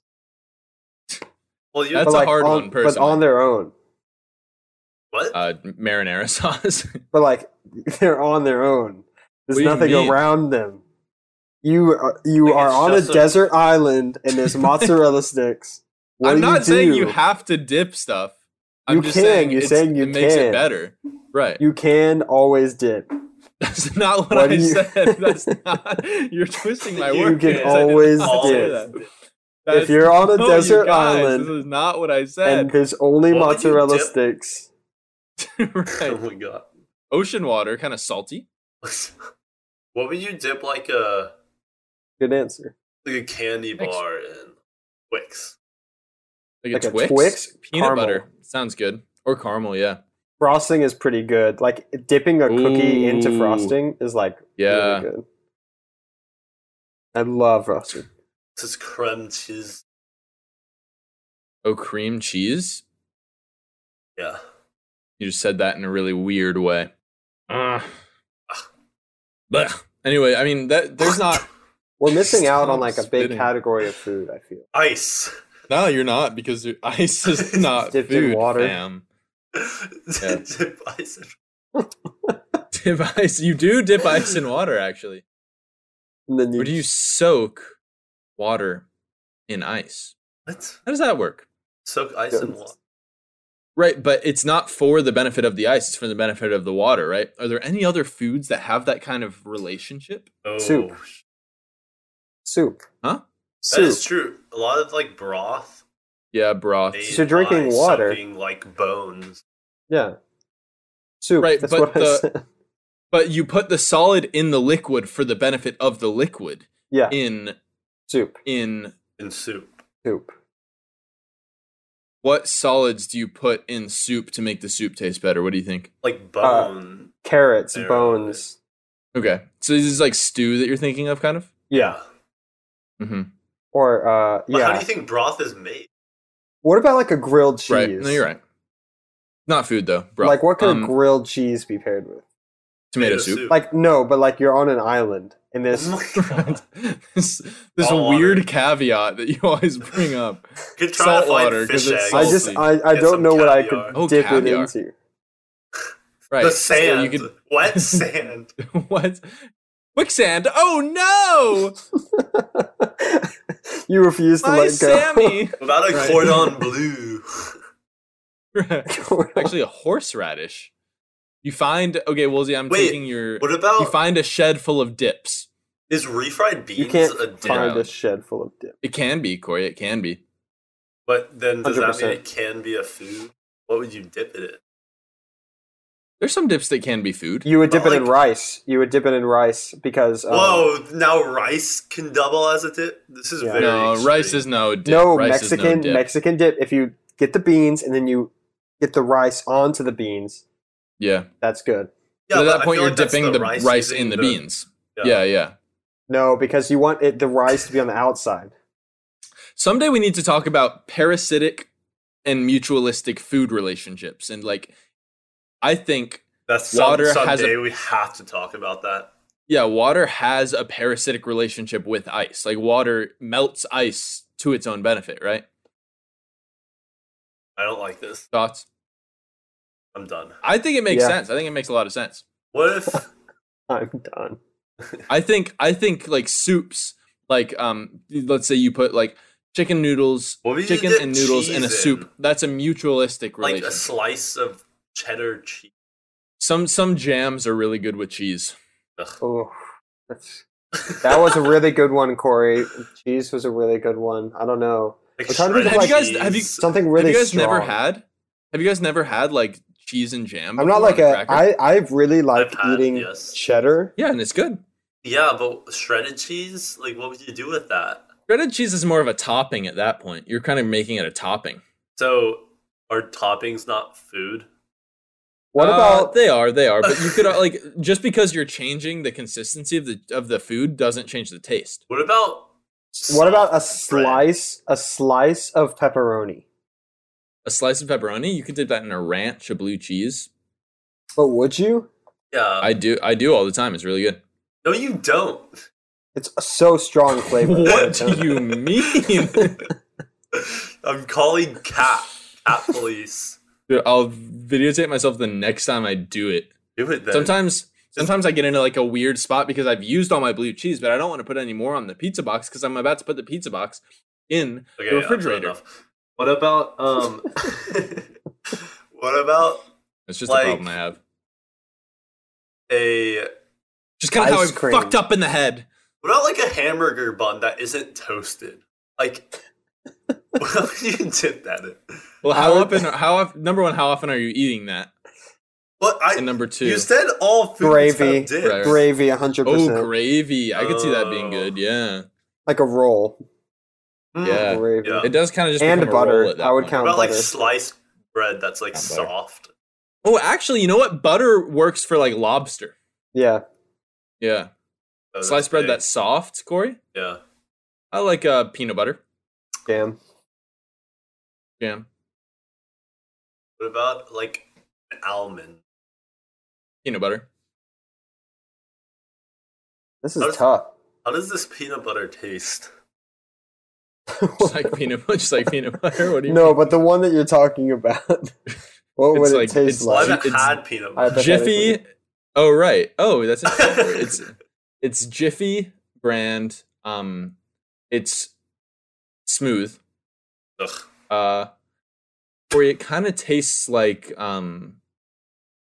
[SPEAKER 5] Well, you
[SPEAKER 3] That's
[SPEAKER 4] But,
[SPEAKER 3] a
[SPEAKER 4] like,
[SPEAKER 3] hard
[SPEAKER 4] on-
[SPEAKER 3] one,
[SPEAKER 4] But on
[SPEAKER 3] personally.
[SPEAKER 4] their own.
[SPEAKER 5] what?
[SPEAKER 3] Uh, marinara sauce.
[SPEAKER 4] But like they're on their own.
[SPEAKER 3] What
[SPEAKER 4] There's
[SPEAKER 3] do you
[SPEAKER 4] nothing
[SPEAKER 3] mean?
[SPEAKER 4] around them. You are, you
[SPEAKER 5] Like,
[SPEAKER 4] are
[SPEAKER 5] it's
[SPEAKER 4] on a
[SPEAKER 5] just a-
[SPEAKER 4] desert island and there's mozzarella sticks. What
[SPEAKER 3] I'm
[SPEAKER 4] do you
[SPEAKER 3] not saying
[SPEAKER 4] do?
[SPEAKER 3] you have to dip stuff. I'm
[SPEAKER 4] You
[SPEAKER 3] just
[SPEAKER 4] can,
[SPEAKER 3] saying
[SPEAKER 4] you're
[SPEAKER 3] it's-
[SPEAKER 4] saying you
[SPEAKER 3] it makes it
[SPEAKER 4] can.
[SPEAKER 3] better. Right.
[SPEAKER 4] You can always dip.
[SPEAKER 3] That's not what,
[SPEAKER 4] What
[SPEAKER 3] I
[SPEAKER 4] do you-
[SPEAKER 3] said. That's not. You're twisting my
[SPEAKER 5] You
[SPEAKER 3] words.
[SPEAKER 5] can
[SPEAKER 3] I did
[SPEAKER 4] always
[SPEAKER 3] not say
[SPEAKER 4] dip.
[SPEAKER 3] that. That
[SPEAKER 4] If
[SPEAKER 3] is-
[SPEAKER 4] you're on a
[SPEAKER 3] No, you
[SPEAKER 4] desert
[SPEAKER 3] guys,
[SPEAKER 4] island
[SPEAKER 3] this is not what I
[SPEAKER 4] and
[SPEAKER 3] said.
[SPEAKER 4] there's only
[SPEAKER 5] What would you
[SPEAKER 4] mozzarella
[SPEAKER 5] dip?
[SPEAKER 4] sticks,
[SPEAKER 5] Oh
[SPEAKER 3] right.
[SPEAKER 5] my god.
[SPEAKER 3] Ocean water, kind of salty.
[SPEAKER 5] what would you dip like a
[SPEAKER 4] good answer.
[SPEAKER 5] like a candy
[SPEAKER 3] Twix.
[SPEAKER 5] bar in Twix?
[SPEAKER 3] Like,
[SPEAKER 4] Like
[SPEAKER 3] a,
[SPEAKER 4] a
[SPEAKER 3] Twix,
[SPEAKER 4] Twix,
[SPEAKER 3] peanut
[SPEAKER 4] caramel.
[SPEAKER 3] butter sounds good, or caramel. Yeah,
[SPEAKER 4] Frosting is pretty good. Like dipping a cookie into
[SPEAKER 3] Ooh.
[SPEAKER 4] frosting is like
[SPEAKER 3] yeah.
[SPEAKER 4] really good. I love frosting.
[SPEAKER 5] This is creme cheese.
[SPEAKER 3] Oh, cream cheese.
[SPEAKER 5] Yeah.
[SPEAKER 3] You just said that in a really weird way. Ah. But anyway, I mean that there's not.
[SPEAKER 4] We're missing out
[SPEAKER 3] Stop
[SPEAKER 4] on like a big
[SPEAKER 3] spitting.
[SPEAKER 4] category of food. I feel
[SPEAKER 5] Ice.
[SPEAKER 3] No, you're not because there- ice is not
[SPEAKER 4] Dipped in
[SPEAKER 3] food.
[SPEAKER 4] water.
[SPEAKER 3] Fam. Yeah.
[SPEAKER 5] Dip ice in-
[SPEAKER 3] Dip ice. You do dip ice in water, actually.
[SPEAKER 4] and then you,
[SPEAKER 3] Or do you soak water in ice?
[SPEAKER 5] What?
[SPEAKER 3] How does that work?
[SPEAKER 5] Soak ice in water.
[SPEAKER 3] Right, but it's not for the benefit of the ice, it's for the benefit of the water, right? Are there any other foods that have that kind of relationship?
[SPEAKER 5] Oh,
[SPEAKER 4] Soup. soup,
[SPEAKER 3] Huh?
[SPEAKER 5] That
[SPEAKER 4] Soup.
[SPEAKER 5] is true. A lot of like broth.
[SPEAKER 3] Yeah, broth.
[SPEAKER 5] made
[SPEAKER 4] So drinking
[SPEAKER 5] by
[SPEAKER 4] water.
[SPEAKER 5] soaking, like bones.
[SPEAKER 4] yeah, soup.
[SPEAKER 3] Right,
[SPEAKER 4] That's
[SPEAKER 3] but
[SPEAKER 4] what I
[SPEAKER 3] the-
[SPEAKER 4] said.
[SPEAKER 3] But you put the solid in the liquid for the benefit of the liquid
[SPEAKER 4] Yeah,
[SPEAKER 3] in
[SPEAKER 4] soup,
[SPEAKER 3] in
[SPEAKER 5] in soup.
[SPEAKER 4] soup.
[SPEAKER 3] what solids do you put in soup to make the soup taste better? What do you think?
[SPEAKER 4] Uh,
[SPEAKER 5] Like bone.
[SPEAKER 4] Carrots,
[SPEAKER 5] There.
[SPEAKER 4] bones.
[SPEAKER 3] Okay. So this is like stew that you're thinking of kind of?
[SPEAKER 4] Yeah,
[SPEAKER 3] Mm-hmm.
[SPEAKER 4] or uh,
[SPEAKER 5] But
[SPEAKER 4] yeah.
[SPEAKER 5] How do you think broth is made?
[SPEAKER 4] What about like a grilled cheese?
[SPEAKER 3] Right. No, you're right. Not food though, bro.
[SPEAKER 4] Like, what could a
[SPEAKER 3] Um,
[SPEAKER 4] grilled cheese be paired with?
[SPEAKER 3] tomato soup?
[SPEAKER 4] Like, no, but like you're on an island, and this
[SPEAKER 5] Oh my God.
[SPEAKER 3] this this
[SPEAKER 5] Salt
[SPEAKER 3] weird
[SPEAKER 5] water.
[SPEAKER 3] caveat that you always bring up.
[SPEAKER 5] Could try
[SPEAKER 3] Salt
[SPEAKER 5] to find
[SPEAKER 3] water, 'cause
[SPEAKER 5] fish
[SPEAKER 3] it's
[SPEAKER 5] eggs.
[SPEAKER 4] I
[SPEAKER 3] salty.
[SPEAKER 4] just I, I
[SPEAKER 5] Get
[SPEAKER 4] don't
[SPEAKER 5] some
[SPEAKER 4] know what I
[SPEAKER 5] caviar.
[SPEAKER 4] could
[SPEAKER 3] Oh,
[SPEAKER 4] dip
[SPEAKER 3] caviar.
[SPEAKER 4] it into.
[SPEAKER 3] Right.
[SPEAKER 5] The
[SPEAKER 3] so
[SPEAKER 5] sand.
[SPEAKER 3] you could
[SPEAKER 5] Wet sand.
[SPEAKER 3] what? Quicksand. Oh
[SPEAKER 4] you refuse
[SPEAKER 3] no!
[SPEAKER 4] to
[SPEAKER 3] My
[SPEAKER 4] let go.
[SPEAKER 3] Sammy.
[SPEAKER 5] Without a
[SPEAKER 3] Right.
[SPEAKER 5] cordon bleu.
[SPEAKER 3] Actually, a horseradish. You find okay, Woolsey. I'm
[SPEAKER 5] Wait,
[SPEAKER 3] taking your.
[SPEAKER 5] What about
[SPEAKER 3] you find a shed full of dips.
[SPEAKER 5] is refried beans
[SPEAKER 4] you can't
[SPEAKER 5] a dip?
[SPEAKER 4] find
[SPEAKER 3] Yeah.
[SPEAKER 4] a shed full of dip.
[SPEAKER 3] It can be Corey. It can be.
[SPEAKER 5] But then does that mean
[SPEAKER 4] 100%.
[SPEAKER 5] it can be a food? What would you dip it in?
[SPEAKER 3] There's some dips that can be food.
[SPEAKER 4] You would dip
[SPEAKER 5] But,
[SPEAKER 4] it in
[SPEAKER 5] like-
[SPEAKER 4] rice. You would dip it in rice because um,
[SPEAKER 5] Whoa, now rice can double as a dip? This is
[SPEAKER 4] Yeah.
[SPEAKER 5] very
[SPEAKER 3] no,
[SPEAKER 5] extreme.
[SPEAKER 3] rice is no dip.
[SPEAKER 4] no
[SPEAKER 3] rice is no
[SPEAKER 4] Mexican
[SPEAKER 3] dip.
[SPEAKER 4] Mexican dip. If you get the beans and then you get the rice onto the beans,
[SPEAKER 3] yeah.
[SPEAKER 4] that's good.
[SPEAKER 5] Yeah,
[SPEAKER 3] So at
[SPEAKER 5] but
[SPEAKER 3] that
[SPEAKER 5] I
[SPEAKER 3] point,
[SPEAKER 5] feel
[SPEAKER 3] you're
[SPEAKER 5] like that's
[SPEAKER 3] dipping the, rice,
[SPEAKER 5] using
[SPEAKER 3] in the, beans.
[SPEAKER 5] yeah.
[SPEAKER 3] Yeah, yeah.
[SPEAKER 4] No, because you want it the rice to be on the outside.
[SPEAKER 3] Someday we need to talk about parasitic and mutualistic food relationships. And like, I think,
[SPEAKER 5] That's some,
[SPEAKER 3] Water has
[SPEAKER 5] someday we have to talk about that.
[SPEAKER 3] yeah, water has a parasitic relationship with ice. Like, water melts ice to its own benefit, right?
[SPEAKER 5] I don't like this.
[SPEAKER 3] Thoughts?
[SPEAKER 5] I'm done.
[SPEAKER 3] I think it makes
[SPEAKER 4] Yeah.
[SPEAKER 3] sense. I think it makes a lot of sense.
[SPEAKER 5] What if
[SPEAKER 4] I'm done.
[SPEAKER 3] I think, I think like soups, like, um, let's say you put like chicken noodles,
[SPEAKER 5] What would you
[SPEAKER 3] chicken
[SPEAKER 5] dip
[SPEAKER 3] and noodles in a
[SPEAKER 5] cheese
[SPEAKER 3] soup.
[SPEAKER 5] in?
[SPEAKER 3] That's a mutualistic
[SPEAKER 5] like
[SPEAKER 3] relationship.
[SPEAKER 5] a slice of cheddar cheese?
[SPEAKER 3] Some some jams are really good with cheese.
[SPEAKER 4] Oh, that's that was a really good one, Corey. Cheese was a really good one. I don't know
[SPEAKER 5] Like
[SPEAKER 4] I'm trying to think of,
[SPEAKER 5] shredded
[SPEAKER 4] like-
[SPEAKER 3] Have you guys- have you-
[SPEAKER 5] cheese.
[SPEAKER 4] something really.
[SPEAKER 3] have you guys
[SPEAKER 4] strong.
[SPEAKER 3] never had? Have you guys never had like cheese and jam?
[SPEAKER 4] I'm
[SPEAKER 3] before
[SPEAKER 4] not like
[SPEAKER 3] on
[SPEAKER 4] a.
[SPEAKER 3] cracker?
[SPEAKER 4] I I really like
[SPEAKER 5] I've had,
[SPEAKER 4] eating
[SPEAKER 5] yes.
[SPEAKER 4] cheddar.
[SPEAKER 3] yeah, and it's good.
[SPEAKER 5] Yeah, but shredded cheese? Like, what would you do with that?
[SPEAKER 3] Shredded cheese is more of a topping at that point. You're kind of making it a topping.
[SPEAKER 5] So, are toppings not food?
[SPEAKER 4] What
[SPEAKER 3] Uh,
[SPEAKER 4] about
[SPEAKER 3] they are they are, but you could uh, like just because you're changing the consistency of the of the food doesn't change the taste.
[SPEAKER 5] What about
[SPEAKER 4] what about a
[SPEAKER 5] soft bread?
[SPEAKER 4] slice a slice of pepperoni?
[SPEAKER 3] A slice of pepperoni, you could dip that in a ranch, a blue cheese.
[SPEAKER 4] But would you?
[SPEAKER 5] Yeah,
[SPEAKER 3] I do I do all the time. It's really good.
[SPEAKER 5] no, you don't.
[SPEAKER 4] It's so strong flavor.
[SPEAKER 3] What do you mean?
[SPEAKER 5] I'm calling cat cat police.
[SPEAKER 3] Dude, I'll videotape myself the next time I do it.
[SPEAKER 5] Do it then.
[SPEAKER 3] Sometimes sometimes I get into like a weird spot because I've used all my blue cheese, but I don't want to put any more on the pizza box because I'm about to put the pizza box in the
[SPEAKER 5] Okay, yeah, fair
[SPEAKER 3] refrigerator.
[SPEAKER 5] enough. What about um? what about
[SPEAKER 3] It's just
[SPEAKER 5] Like-
[SPEAKER 3] a problem I have.
[SPEAKER 5] a
[SPEAKER 3] Just kind of how
[SPEAKER 4] Ice
[SPEAKER 3] I'm
[SPEAKER 4] cream.
[SPEAKER 3] fucked up in the head.
[SPEAKER 5] what about like a hamburger bun that isn't toasted? Like, well, you dip that in.
[SPEAKER 3] Well, how
[SPEAKER 4] would-
[SPEAKER 3] often? How of- number one? How often are you eating that?
[SPEAKER 5] But I
[SPEAKER 3] And number two,
[SPEAKER 5] you said all foods
[SPEAKER 4] Gravy.
[SPEAKER 5] have dips.
[SPEAKER 3] Right, right.
[SPEAKER 4] uh, Gravy, hundred
[SPEAKER 3] oh
[SPEAKER 4] percent,
[SPEAKER 3] gravy. I could see that being
[SPEAKER 5] Oh.
[SPEAKER 3] good. Yeah,
[SPEAKER 4] like a roll.
[SPEAKER 5] Mm.
[SPEAKER 3] Yeah.
[SPEAKER 4] Gravy.
[SPEAKER 5] Yeah.
[SPEAKER 3] it does kind of just
[SPEAKER 4] And
[SPEAKER 3] become a roll
[SPEAKER 4] butter.
[SPEAKER 3] at that
[SPEAKER 4] I
[SPEAKER 3] point.
[SPEAKER 4] would
[SPEAKER 5] What
[SPEAKER 4] count
[SPEAKER 5] about like
[SPEAKER 4] butter.
[SPEAKER 5] sliced bread that's like
[SPEAKER 3] Not butter.
[SPEAKER 5] soft?
[SPEAKER 3] Oh, actually, you know what? Butter works for like lobster.
[SPEAKER 4] Yeah,
[SPEAKER 3] Yeah,
[SPEAKER 5] Oh, that's
[SPEAKER 3] sliced bread
[SPEAKER 5] big.
[SPEAKER 3] that's soft, Corey.
[SPEAKER 5] yeah.
[SPEAKER 3] I like uh, peanut butter
[SPEAKER 4] damn.
[SPEAKER 3] jam,
[SPEAKER 5] What about like an almond?
[SPEAKER 3] peanut butter.
[SPEAKER 4] This
[SPEAKER 5] How
[SPEAKER 4] is
[SPEAKER 5] does-
[SPEAKER 4] tough.
[SPEAKER 5] How does this peanut butter taste?
[SPEAKER 3] Just like peanut, just like peanut butter. What do you?
[SPEAKER 4] no, but the one that you're talking about. what would
[SPEAKER 3] It's
[SPEAKER 4] it
[SPEAKER 3] like-
[SPEAKER 4] taste
[SPEAKER 3] it's
[SPEAKER 5] Well, I
[SPEAKER 4] like?
[SPEAKER 3] like-
[SPEAKER 5] haven't
[SPEAKER 3] it's-
[SPEAKER 5] had peanut
[SPEAKER 4] I
[SPEAKER 5] butter.
[SPEAKER 4] bet-
[SPEAKER 3] Jiffy. Oh right. Oh, that's interesting. it's it's Jiffy brand. Um, it's smooth.
[SPEAKER 5] Ugh.
[SPEAKER 3] Uh, Corey, it kind of tastes like um.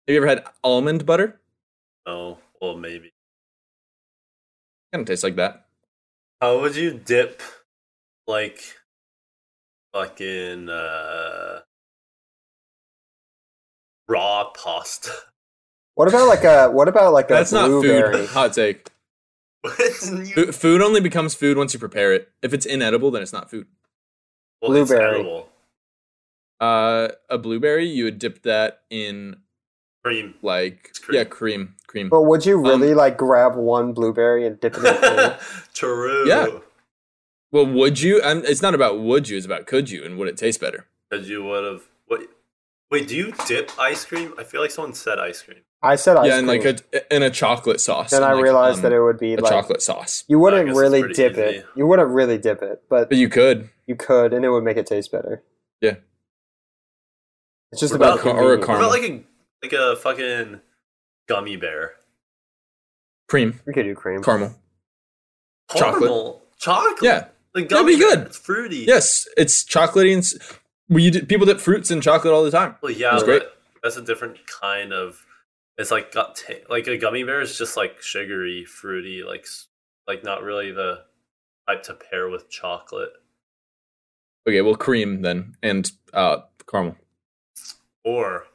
[SPEAKER 3] Have you ever had almond butter?
[SPEAKER 5] No, well maybe.
[SPEAKER 3] Kind of tastes like that.
[SPEAKER 5] How would you dip like fucking uh raw pasta?
[SPEAKER 4] What about like a? What about like a
[SPEAKER 3] That's not
[SPEAKER 4] blueberry?
[SPEAKER 3] food. Hot take.
[SPEAKER 5] When you-
[SPEAKER 3] Fu- Food only becomes food once you prepare it. If it's inedible, then it's not food.
[SPEAKER 5] well, it's
[SPEAKER 4] Blueberry.
[SPEAKER 5] edible.
[SPEAKER 3] Uh, a blueberry, you would dip that in
[SPEAKER 5] Cream.
[SPEAKER 3] like
[SPEAKER 5] It's cream.
[SPEAKER 3] yeah, cream, cream.
[SPEAKER 4] But would you really like grab one blueberry and dip it in cream?
[SPEAKER 5] True.
[SPEAKER 3] Yeah. Well, would you? i it's not about would you. It's about could you and would it taste better.
[SPEAKER 5] Because you would have wait wait, do you dip ice cream? I feel like someone said ice cream.
[SPEAKER 4] I said ice
[SPEAKER 3] yeah, and
[SPEAKER 4] cream.
[SPEAKER 3] like a in a chocolate sauce.
[SPEAKER 4] then
[SPEAKER 3] and,
[SPEAKER 4] I
[SPEAKER 3] like,
[SPEAKER 4] realized
[SPEAKER 3] um,
[SPEAKER 4] that it would be
[SPEAKER 3] a
[SPEAKER 4] like
[SPEAKER 3] chocolate sauce.
[SPEAKER 4] you wouldn't
[SPEAKER 5] guess it's
[SPEAKER 4] really
[SPEAKER 5] pretty
[SPEAKER 4] dip it.
[SPEAKER 5] easy.
[SPEAKER 4] You wouldn't really dip it, but
[SPEAKER 3] But you could
[SPEAKER 4] you could, and it would make it taste better.
[SPEAKER 3] Yeah.
[SPEAKER 4] It's just
[SPEAKER 5] What
[SPEAKER 4] about,
[SPEAKER 5] about-
[SPEAKER 3] or a
[SPEAKER 4] convenience.
[SPEAKER 5] What about
[SPEAKER 3] Caramel.
[SPEAKER 5] like a like a fucking gummy bear?
[SPEAKER 3] cream,
[SPEAKER 4] We could do cream.
[SPEAKER 3] caramel. Chocolate.
[SPEAKER 5] Caramel? Chocolate.
[SPEAKER 3] Yeah.
[SPEAKER 5] Like
[SPEAKER 3] That'd be
[SPEAKER 5] gummy bear,
[SPEAKER 3] good.
[SPEAKER 5] It's fruity.
[SPEAKER 3] Yes, it's chocolatey and s- well, you dip, people dip fruits in chocolate all the time.
[SPEAKER 5] Well, yeah,
[SPEAKER 3] That's
[SPEAKER 5] but
[SPEAKER 3] great.
[SPEAKER 5] that's a different kind of. It's like got ta like a gummy bear is just like sugary, fruity, like s- like not really the type to pair with chocolate.
[SPEAKER 3] Okay, well, cream then and uh caramel.
[SPEAKER 5] Or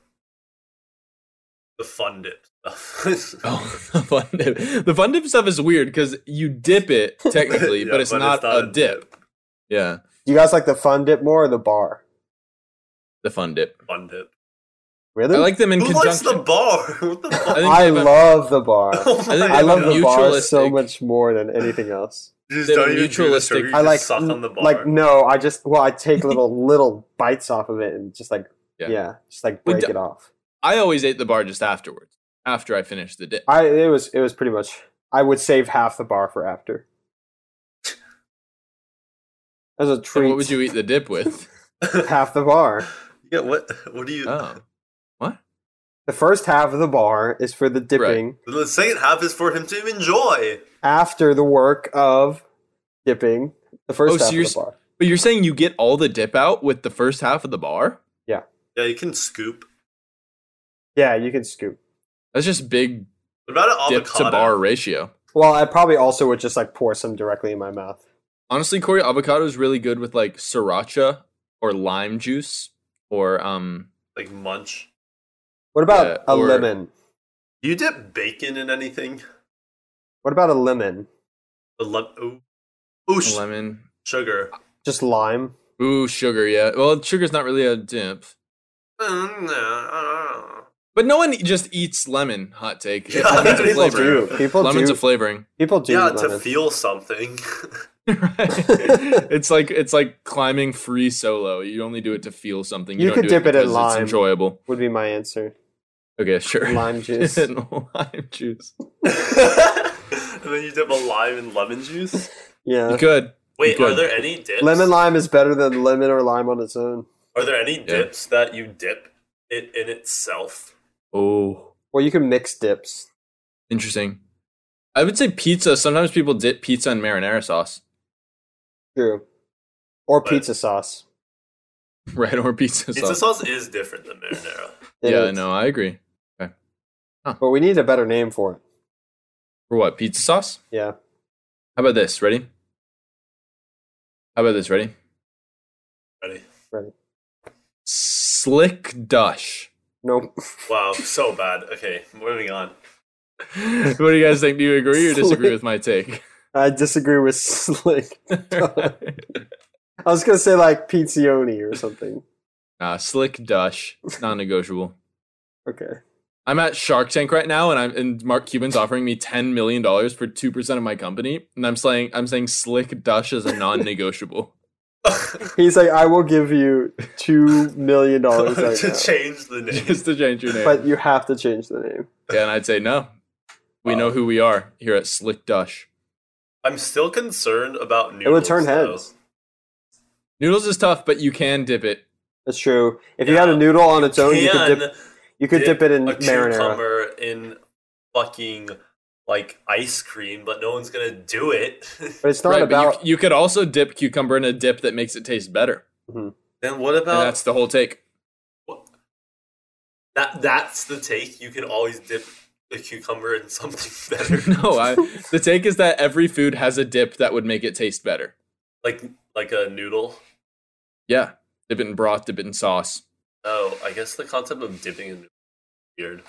[SPEAKER 5] the fun dip stuff.
[SPEAKER 3] Oh, the fun dip. The fun dip stuff is weird because you dip it technically,
[SPEAKER 5] Yeah,
[SPEAKER 3] but it's not a dip. Yeah,
[SPEAKER 4] Do you guys like the fun dip more or the bar?
[SPEAKER 3] the fun dip.
[SPEAKER 5] Fun dip.
[SPEAKER 4] Really?
[SPEAKER 3] I like them in
[SPEAKER 5] Who likes
[SPEAKER 3] conjunction.
[SPEAKER 5] the bar? what the
[SPEAKER 3] I
[SPEAKER 5] fuck?
[SPEAKER 3] think
[SPEAKER 4] I
[SPEAKER 3] they have a-
[SPEAKER 4] love the bar.
[SPEAKER 5] Oh my
[SPEAKER 3] I think
[SPEAKER 4] I love the bar so
[SPEAKER 3] mutualistic-
[SPEAKER 4] much more than anything else.
[SPEAKER 5] You just
[SPEAKER 3] they have
[SPEAKER 5] don't
[SPEAKER 3] a
[SPEAKER 5] even do the
[SPEAKER 3] mutualistic-
[SPEAKER 5] sugar, you
[SPEAKER 4] I
[SPEAKER 5] just
[SPEAKER 4] like
[SPEAKER 5] suck on the bar.
[SPEAKER 4] like no, I just well, I take little little bites off of it and just like yeah,
[SPEAKER 3] Yeah.
[SPEAKER 4] just like
[SPEAKER 3] Well,
[SPEAKER 4] break
[SPEAKER 3] d-
[SPEAKER 4] it off.
[SPEAKER 3] I always ate the bar just afterwards, after I finished the dip.
[SPEAKER 4] I it was it was pretty much I would save half the bar for after. As a
[SPEAKER 3] And
[SPEAKER 4] treat,
[SPEAKER 3] what would you eat the dip with?
[SPEAKER 4] half the bar.
[SPEAKER 5] yeah, what? What do you?
[SPEAKER 3] oh,
[SPEAKER 4] The first half of the bar is for the dipping
[SPEAKER 5] The second half is for him to enjoy.
[SPEAKER 4] after the work of dipping. The first
[SPEAKER 3] Oh, so
[SPEAKER 4] half
[SPEAKER 3] you're
[SPEAKER 4] of
[SPEAKER 3] s-
[SPEAKER 4] the bar.
[SPEAKER 3] but you're saying you get all the dip out with the first half of the bar?
[SPEAKER 5] Yeah, you can scoop.
[SPEAKER 4] Yeah, you can scoop.
[SPEAKER 3] That's just big
[SPEAKER 5] What about an
[SPEAKER 3] dip
[SPEAKER 5] avocado?
[SPEAKER 3] to bar ratio.
[SPEAKER 4] Well, I probably also would just like pour some directly in my mouth.
[SPEAKER 3] Honestly, Corey, avocado is really good with like sriracha or lime juice or um.
[SPEAKER 5] like munch.
[SPEAKER 4] What about
[SPEAKER 3] Yeah,
[SPEAKER 4] a
[SPEAKER 3] or-
[SPEAKER 4] lemon?
[SPEAKER 5] You dip bacon in anything?
[SPEAKER 4] What about a lemon?
[SPEAKER 5] The le- ooh, ooh sh-
[SPEAKER 3] Lemon.
[SPEAKER 5] sugar.
[SPEAKER 4] Just lime.
[SPEAKER 3] Ooh, sugar. Yeah. Well, sugar's not really a dip,
[SPEAKER 5] Mm, nah.
[SPEAKER 3] but no one just eats lemon. Hot take.
[SPEAKER 5] Yeah,
[SPEAKER 4] I
[SPEAKER 5] I
[SPEAKER 4] think
[SPEAKER 5] Lemon's a
[SPEAKER 4] people
[SPEAKER 5] flavor.
[SPEAKER 4] do. People
[SPEAKER 3] Lemon's
[SPEAKER 4] do.
[SPEAKER 3] a flavoring.
[SPEAKER 4] people do.
[SPEAKER 5] Yeah,
[SPEAKER 4] eat
[SPEAKER 5] to
[SPEAKER 4] lemon.
[SPEAKER 5] feel something.
[SPEAKER 3] Right? it's like it's like climbing free solo. You only do it to feel something. You,
[SPEAKER 4] You
[SPEAKER 3] don't do
[SPEAKER 4] could dip it in
[SPEAKER 3] because It's
[SPEAKER 4] lime.
[SPEAKER 3] enjoyable.
[SPEAKER 4] would be my answer.
[SPEAKER 3] Okay, sure.
[SPEAKER 4] Lime juice.
[SPEAKER 3] And lime juice.
[SPEAKER 5] and then you dip a lime in lemon juice.
[SPEAKER 4] Yeah.
[SPEAKER 3] You could.
[SPEAKER 5] Wait,
[SPEAKER 3] You
[SPEAKER 5] are
[SPEAKER 3] could.
[SPEAKER 5] there any dips?
[SPEAKER 4] Lemon lime is better than lemon or lime on its own.
[SPEAKER 5] Are there any dips that you dip it in itself?
[SPEAKER 3] Oh,
[SPEAKER 4] Well, you can mix dips.
[SPEAKER 3] interesting. I would say pizza. Sometimes people dip pizza in marinara sauce.
[SPEAKER 4] True. Or
[SPEAKER 5] But-
[SPEAKER 4] pizza sauce.
[SPEAKER 3] Bread or pizza
[SPEAKER 5] Pizza
[SPEAKER 3] sauce.
[SPEAKER 5] sauce is different than marinara.
[SPEAKER 4] It
[SPEAKER 3] Yeah,
[SPEAKER 4] is.
[SPEAKER 3] no, I agree.
[SPEAKER 4] But we need a better name for it.
[SPEAKER 3] For what? Pizza sauce?
[SPEAKER 4] Yeah.
[SPEAKER 3] How about this? Ready? How about this? Ready?
[SPEAKER 5] Ready?
[SPEAKER 3] Slick Dush.
[SPEAKER 4] Nope.
[SPEAKER 5] Wow, so bad. Okay, moving on.
[SPEAKER 3] what do you guys think? Do you agree or disagree
[SPEAKER 4] Slick-
[SPEAKER 3] with my take?
[SPEAKER 4] I disagree with slick.
[SPEAKER 3] Alright.
[SPEAKER 4] I was gonna say like pizzioni or something.
[SPEAKER 3] nah, Slick Dush. Non negotiable.
[SPEAKER 4] Okay.
[SPEAKER 3] I'm at Shark Tank right now, and I'm and Mark Cuban's offering me ten million dollars for two percent of my company, and I'm saying I'm saying slick dush is a non-negotiable.
[SPEAKER 4] He's like, I will give you two million dollars right
[SPEAKER 5] to
[SPEAKER 4] now,
[SPEAKER 5] change the name.
[SPEAKER 3] just to change your name.
[SPEAKER 4] but you have to change the name.
[SPEAKER 3] yeah, and I'd say no. We know who we are here at Slick Dush.
[SPEAKER 5] I'm still concerned about noodles.
[SPEAKER 4] It would turn
[SPEAKER 5] though.
[SPEAKER 4] heads.
[SPEAKER 3] Noodles is tough, but you can dip it.
[SPEAKER 4] That's true. If you had a noodle on its own, you could
[SPEAKER 5] Can
[SPEAKER 4] dip. You could dip, it in
[SPEAKER 5] a
[SPEAKER 4] marinara.
[SPEAKER 5] cucumber in fucking like ice cream, but no one's gonna do it.
[SPEAKER 4] But it's not
[SPEAKER 3] Right,
[SPEAKER 4] about.
[SPEAKER 3] but you, you could also dip cucumber in a dip that makes it taste better.
[SPEAKER 5] then what
[SPEAKER 3] and
[SPEAKER 5] about
[SPEAKER 3] that's the whole take.
[SPEAKER 5] that? That's the take. You can always dip the cucumber in something better.
[SPEAKER 3] No, I, the take is that every food has a dip that would make it taste better.
[SPEAKER 5] like like a noodle.
[SPEAKER 3] Yeah, dip it in broth, dip it in sauce.
[SPEAKER 5] Oh, I guess the concept of dipping a noodle is weird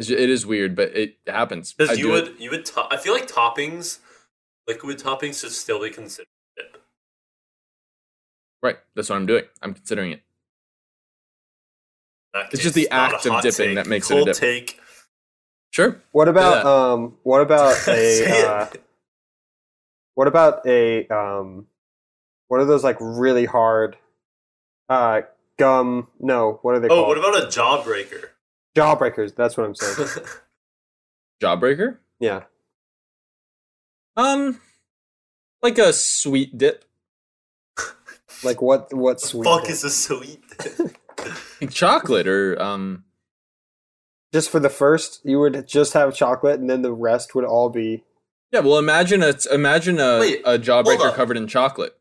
[SPEAKER 3] It's ju- It is weird, but it happens. I
[SPEAKER 5] because you
[SPEAKER 3] do it.
[SPEAKER 5] would you would to- I feel like toppings, liquid toppings should still be considered dip.
[SPEAKER 3] Right. That's what I'm doing. I'm considering it.
[SPEAKER 5] In that
[SPEAKER 3] It's
[SPEAKER 5] case,
[SPEAKER 3] just the
[SPEAKER 5] not a
[SPEAKER 3] act of
[SPEAKER 5] hot
[SPEAKER 3] dipping
[SPEAKER 5] take.
[SPEAKER 3] that makes it a
[SPEAKER 5] Cold
[SPEAKER 3] dip.
[SPEAKER 5] Take.
[SPEAKER 3] Sure.
[SPEAKER 4] What about
[SPEAKER 3] Yeah.
[SPEAKER 4] um? What about
[SPEAKER 5] Say
[SPEAKER 4] a?
[SPEAKER 5] it.
[SPEAKER 4] Uh, what about a um? What are those like really hard? Uh, gum. No, what are they
[SPEAKER 5] oh,
[SPEAKER 4] called?
[SPEAKER 5] what about a jawbreaker?
[SPEAKER 4] Jawbreakers. That's what I'm saying.
[SPEAKER 3] Jawbreaker.
[SPEAKER 4] Yeah.
[SPEAKER 3] Um, like a sweet dip.
[SPEAKER 4] Like what? What sweet?
[SPEAKER 5] Fuck
[SPEAKER 4] thing?
[SPEAKER 5] is a sweet.
[SPEAKER 3] Like chocolate or um.
[SPEAKER 4] just for the first, you would just have chocolate, and then the rest would all be.
[SPEAKER 3] Yeah. Well, imagine a imagine a
[SPEAKER 5] Wait,
[SPEAKER 3] a jawbreaker
[SPEAKER 5] up.
[SPEAKER 3] covered in chocolate.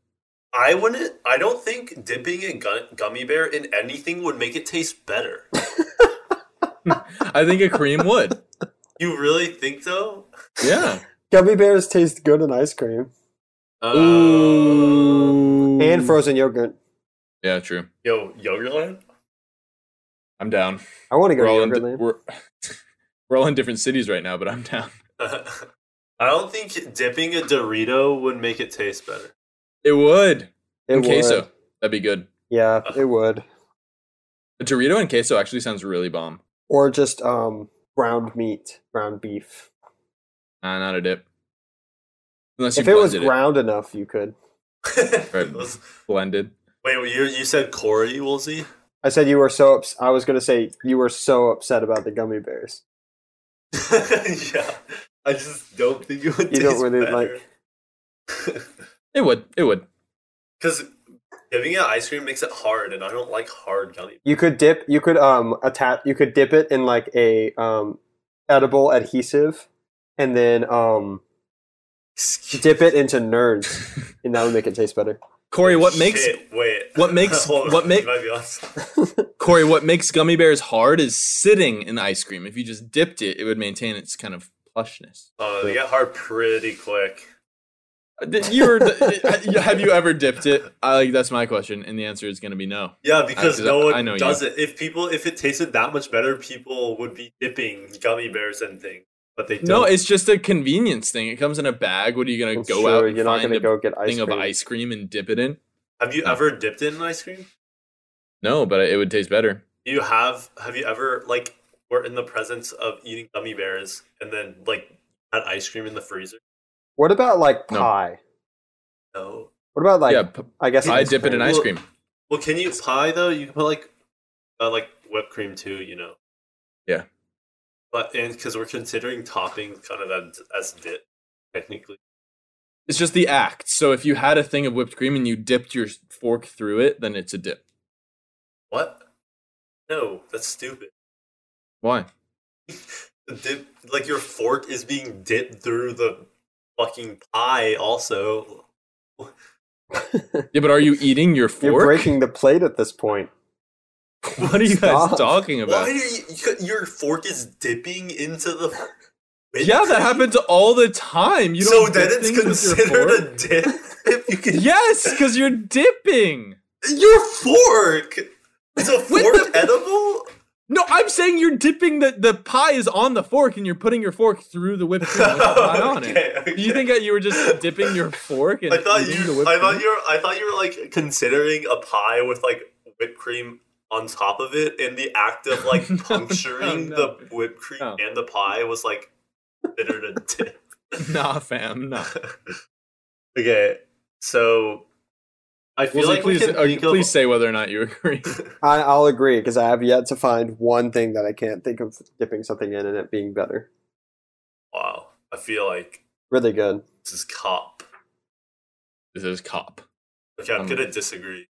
[SPEAKER 5] I wouldn't. I don't think dipping a gu- gummy bear in anything would make it taste better.
[SPEAKER 3] I think a cream would.
[SPEAKER 5] You really think though?
[SPEAKER 3] Yeah.
[SPEAKER 4] Gummy bears taste good in ice cream
[SPEAKER 5] Uh,
[SPEAKER 4] and frozen yogurt.
[SPEAKER 3] Yeah. True.
[SPEAKER 5] yo, Yogurtland.
[SPEAKER 3] I'm down.
[SPEAKER 4] I want to go
[SPEAKER 3] We're
[SPEAKER 4] to
[SPEAKER 3] all in
[SPEAKER 4] yogurt
[SPEAKER 3] di-
[SPEAKER 4] land.
[SPEAKER 3] we're, we're all in different cities right now, but I'm down.
[SPEAKER 5] I don't think dipping a Dorito would make it taste better.
[SPEAKER 3] It would.
[SPEAKER 4] It
[SPEAKER 3] and queso.
[SPEAKER 4] would.
[SPEAKER 3] That'd be good.
[SPEAKER 4] Yeah, it would.
[SPEAKER 3] A Dorito and queso actually sounds really bomb.
[SPEAKER 4] Or just um ground meat, ground beef.
[SPEAKER 3] Nah, not a dip. Unless you
[SPEAKER 4] if it was
[SPEAKER 3] blended
[SPEAKER 4] ground enough, you could.
[SPEAKER 3] Right. blended.
[SPEAKER 5] Wait, you you said Corey Woolsey?
[SPEAKER 4] I said you were so. Ups- I was gonna say you were so upset about the gummy bears.
[SPEAKER 5] yeah, I just don't think it would.
[SPEAKER 4] You
[SPEAKER 5] taste
[SPEAKER 4] don't really
[SPEAKER 5] better.
[SPEAKER 4] like.
[SPEAKER 3] It would. It would.
[SPEAKER 5] Because dipping it in ice cream makes it hard, and I don't like hard gummy.
[SPEAKER 4] You could dip. You could um attach. You could dip it in like a um edible adhesive, and then um
[SPEAKER 5] Excuse-
[SPEAKER 4] dip it into nerds, and that would make it taste better.
[SPEAKER 3] Corey, what makes
[SPEAKER 5] Oh, Shit, wait?
[SPEAKER 3] what makes-
[SPEAKER 5] Hold on,
[SPEAKER 3] what make-
[SPEAKER 5] you might be awesome.
[SPEAKER 3] Corey what makes gummy bears hard is sitting in ice cream. If you just dipped it, it would maintain its kind of plushness.
[SPEAKER 5] Oh, they get hard pretty quick.
[SPEAKER 3] Uh, did- You were, uh, have you ever dipped it? I like that's my question, and the answer is going to be no.
[SPEAKER 5] Yeah, because
[SPEAKER 3] I-
[SPEAKER 5] no one
[SPEAKER 3] I know you.
[SPEAKER 5] does it. If people, if it tasted that much better, people would be dipping gummy bears and things, but they don't.
[SPEAKER 3] No, it's just a convenience thing. It comes in a bag. What are you going to
[SPEAKER 4] It's
[SPEAKER 3] go
[SPEAKER 4] true,
[SPEAKER 3] out? And
[SPEAKER 4] you're not
[SPEAKER 3] find
[SPEAKER 4] gonna
[SPEAKER 3] a
[SPEAKER 4] go get ice
[SPEAKER 3] thing of
[SPEAKER 4] cream.
[SPEAKER 3] ice cream and dip it in.
[SPEAKER 5] have you ever dipped it in ice cream?
[SPEAKER 3] No, but it would taste better.
[SPEAKER 5] You have. Have you ever like were in the presence of eating gummy bears and then like had ice cream in the freezer?
[SPEAKER 4] What about like
[SPEAKER 3] No.
[SPEAKER 4] pie?
[SPEAKER 5] No.
[SPEAKER 4] What about like
[SPEAKER 3] yeah, p-
[SPEAKER 4] I guess
[SPEAKER 3] I dip it in
[SPEAKER 4] cream.
[SPEAKER 3] ice
[SPEAKER 5] Well-
[SPEAKER 3] cream.
[SPEAKER 5] Well, can you pie though? You can put like, uh, like whipped cream too. You know.
[SPEAKER 3] Yeah.
[SPEAKER 5] But and because we're considering toppings kind of as, as dip, technically.
[SPEAKER 3] It's just the act. So if you had a thing of whipped cream and you dipped your fork through it, then it's a dip.
[SPEAKER 5] What? No, that's stupid.
[SPEAKER 3] Why?
[SPEAKER 5] The dip, like your fork is being dipped through the fucking pie. Also,
[SPEAKER 3] Yeah, but are you eating your fork?
[SPEAKER 4] You're breaking the plate at this point.
[SPEAKER 3] what are you guys
[SPEAKER 4] Stop.
[SPEAKER 3] talking about?
[SPEAKER 5] Why do you, you- your fork is dipping into the? whipped
[SPEAKER 3] yeah, that
[SPEAKER 5] cream?
[SPEAKER 3] happens all the time. You
[SPEAKER 5] so
[SPEAKER 3] don't
[SPEAKER 5] then
[SPEAKER 3] dip
[SPEAKER 5] it's
[SPEAKER 3] things with your
[SPEAKER 5] considered
[SPEAKER 3] fork?
[SPEAKER 5] a dip if you can.
[SPEAKER 3] Yes, because you're dipping.
[SPEAKER 5] Your fork. Is a
[SPEAKER 3] With
[SPEAKER 5] fork edible?
[SPEAKER 3] No, I'm saying you're dipping the the pie is on the fork and you're putting your fork through the whipped cream with the pie on it.
[SPEAKER 5] Okay,
[SPEAKER 3] You think that you were just dipping your fork and
[SPEAKER 5] I thought
[SPEAKER 3] eating
[SPEAKER 5] you.
[SPEAKER 3] the whipped
[SPEAKER 5] I thought
[SPEAKER 3] cream?
[SPEAKER 5] you. Were, I thought you were like considering a pie with like whipped cream on top of it, and the act of like
[SPEAKER 3] No,
[SPEAKER 5] puncturing
[SPEAKER 3] no, Oh.
[SPEAKER 5] the whipped cream
[SPEAKER 3] no.
[SPEAKER 5] and the pie was like bitter to dip.
[SPEAKER 3] Nah, fam, nah.
[SPEAKER 5] Okay, so I feel
[SPEAKER 3] Well,
[SPEAKER 5] like we
[SPEAKER 3] please,
[SPEAKER 5] can
[SPEAKER 3] uh,
[SPEAKER 5] think of-
[SPEAKER 3] please say whether or not you agree.
[SPEAKER 4] I, I'll agree because I have yet to find one thing that I can't think of dipping something in and it being better.
[SPEAKER 5] Wow, I feel like
[SPEAKER 4] Really good.
[SPEAKER 5] this is cop.
[SPEAKER 3] this is cop.
[SPEAKER 5] Okay, I'm
[SPEAKER 3] Um,
[SPEAKER 5] gonna disagree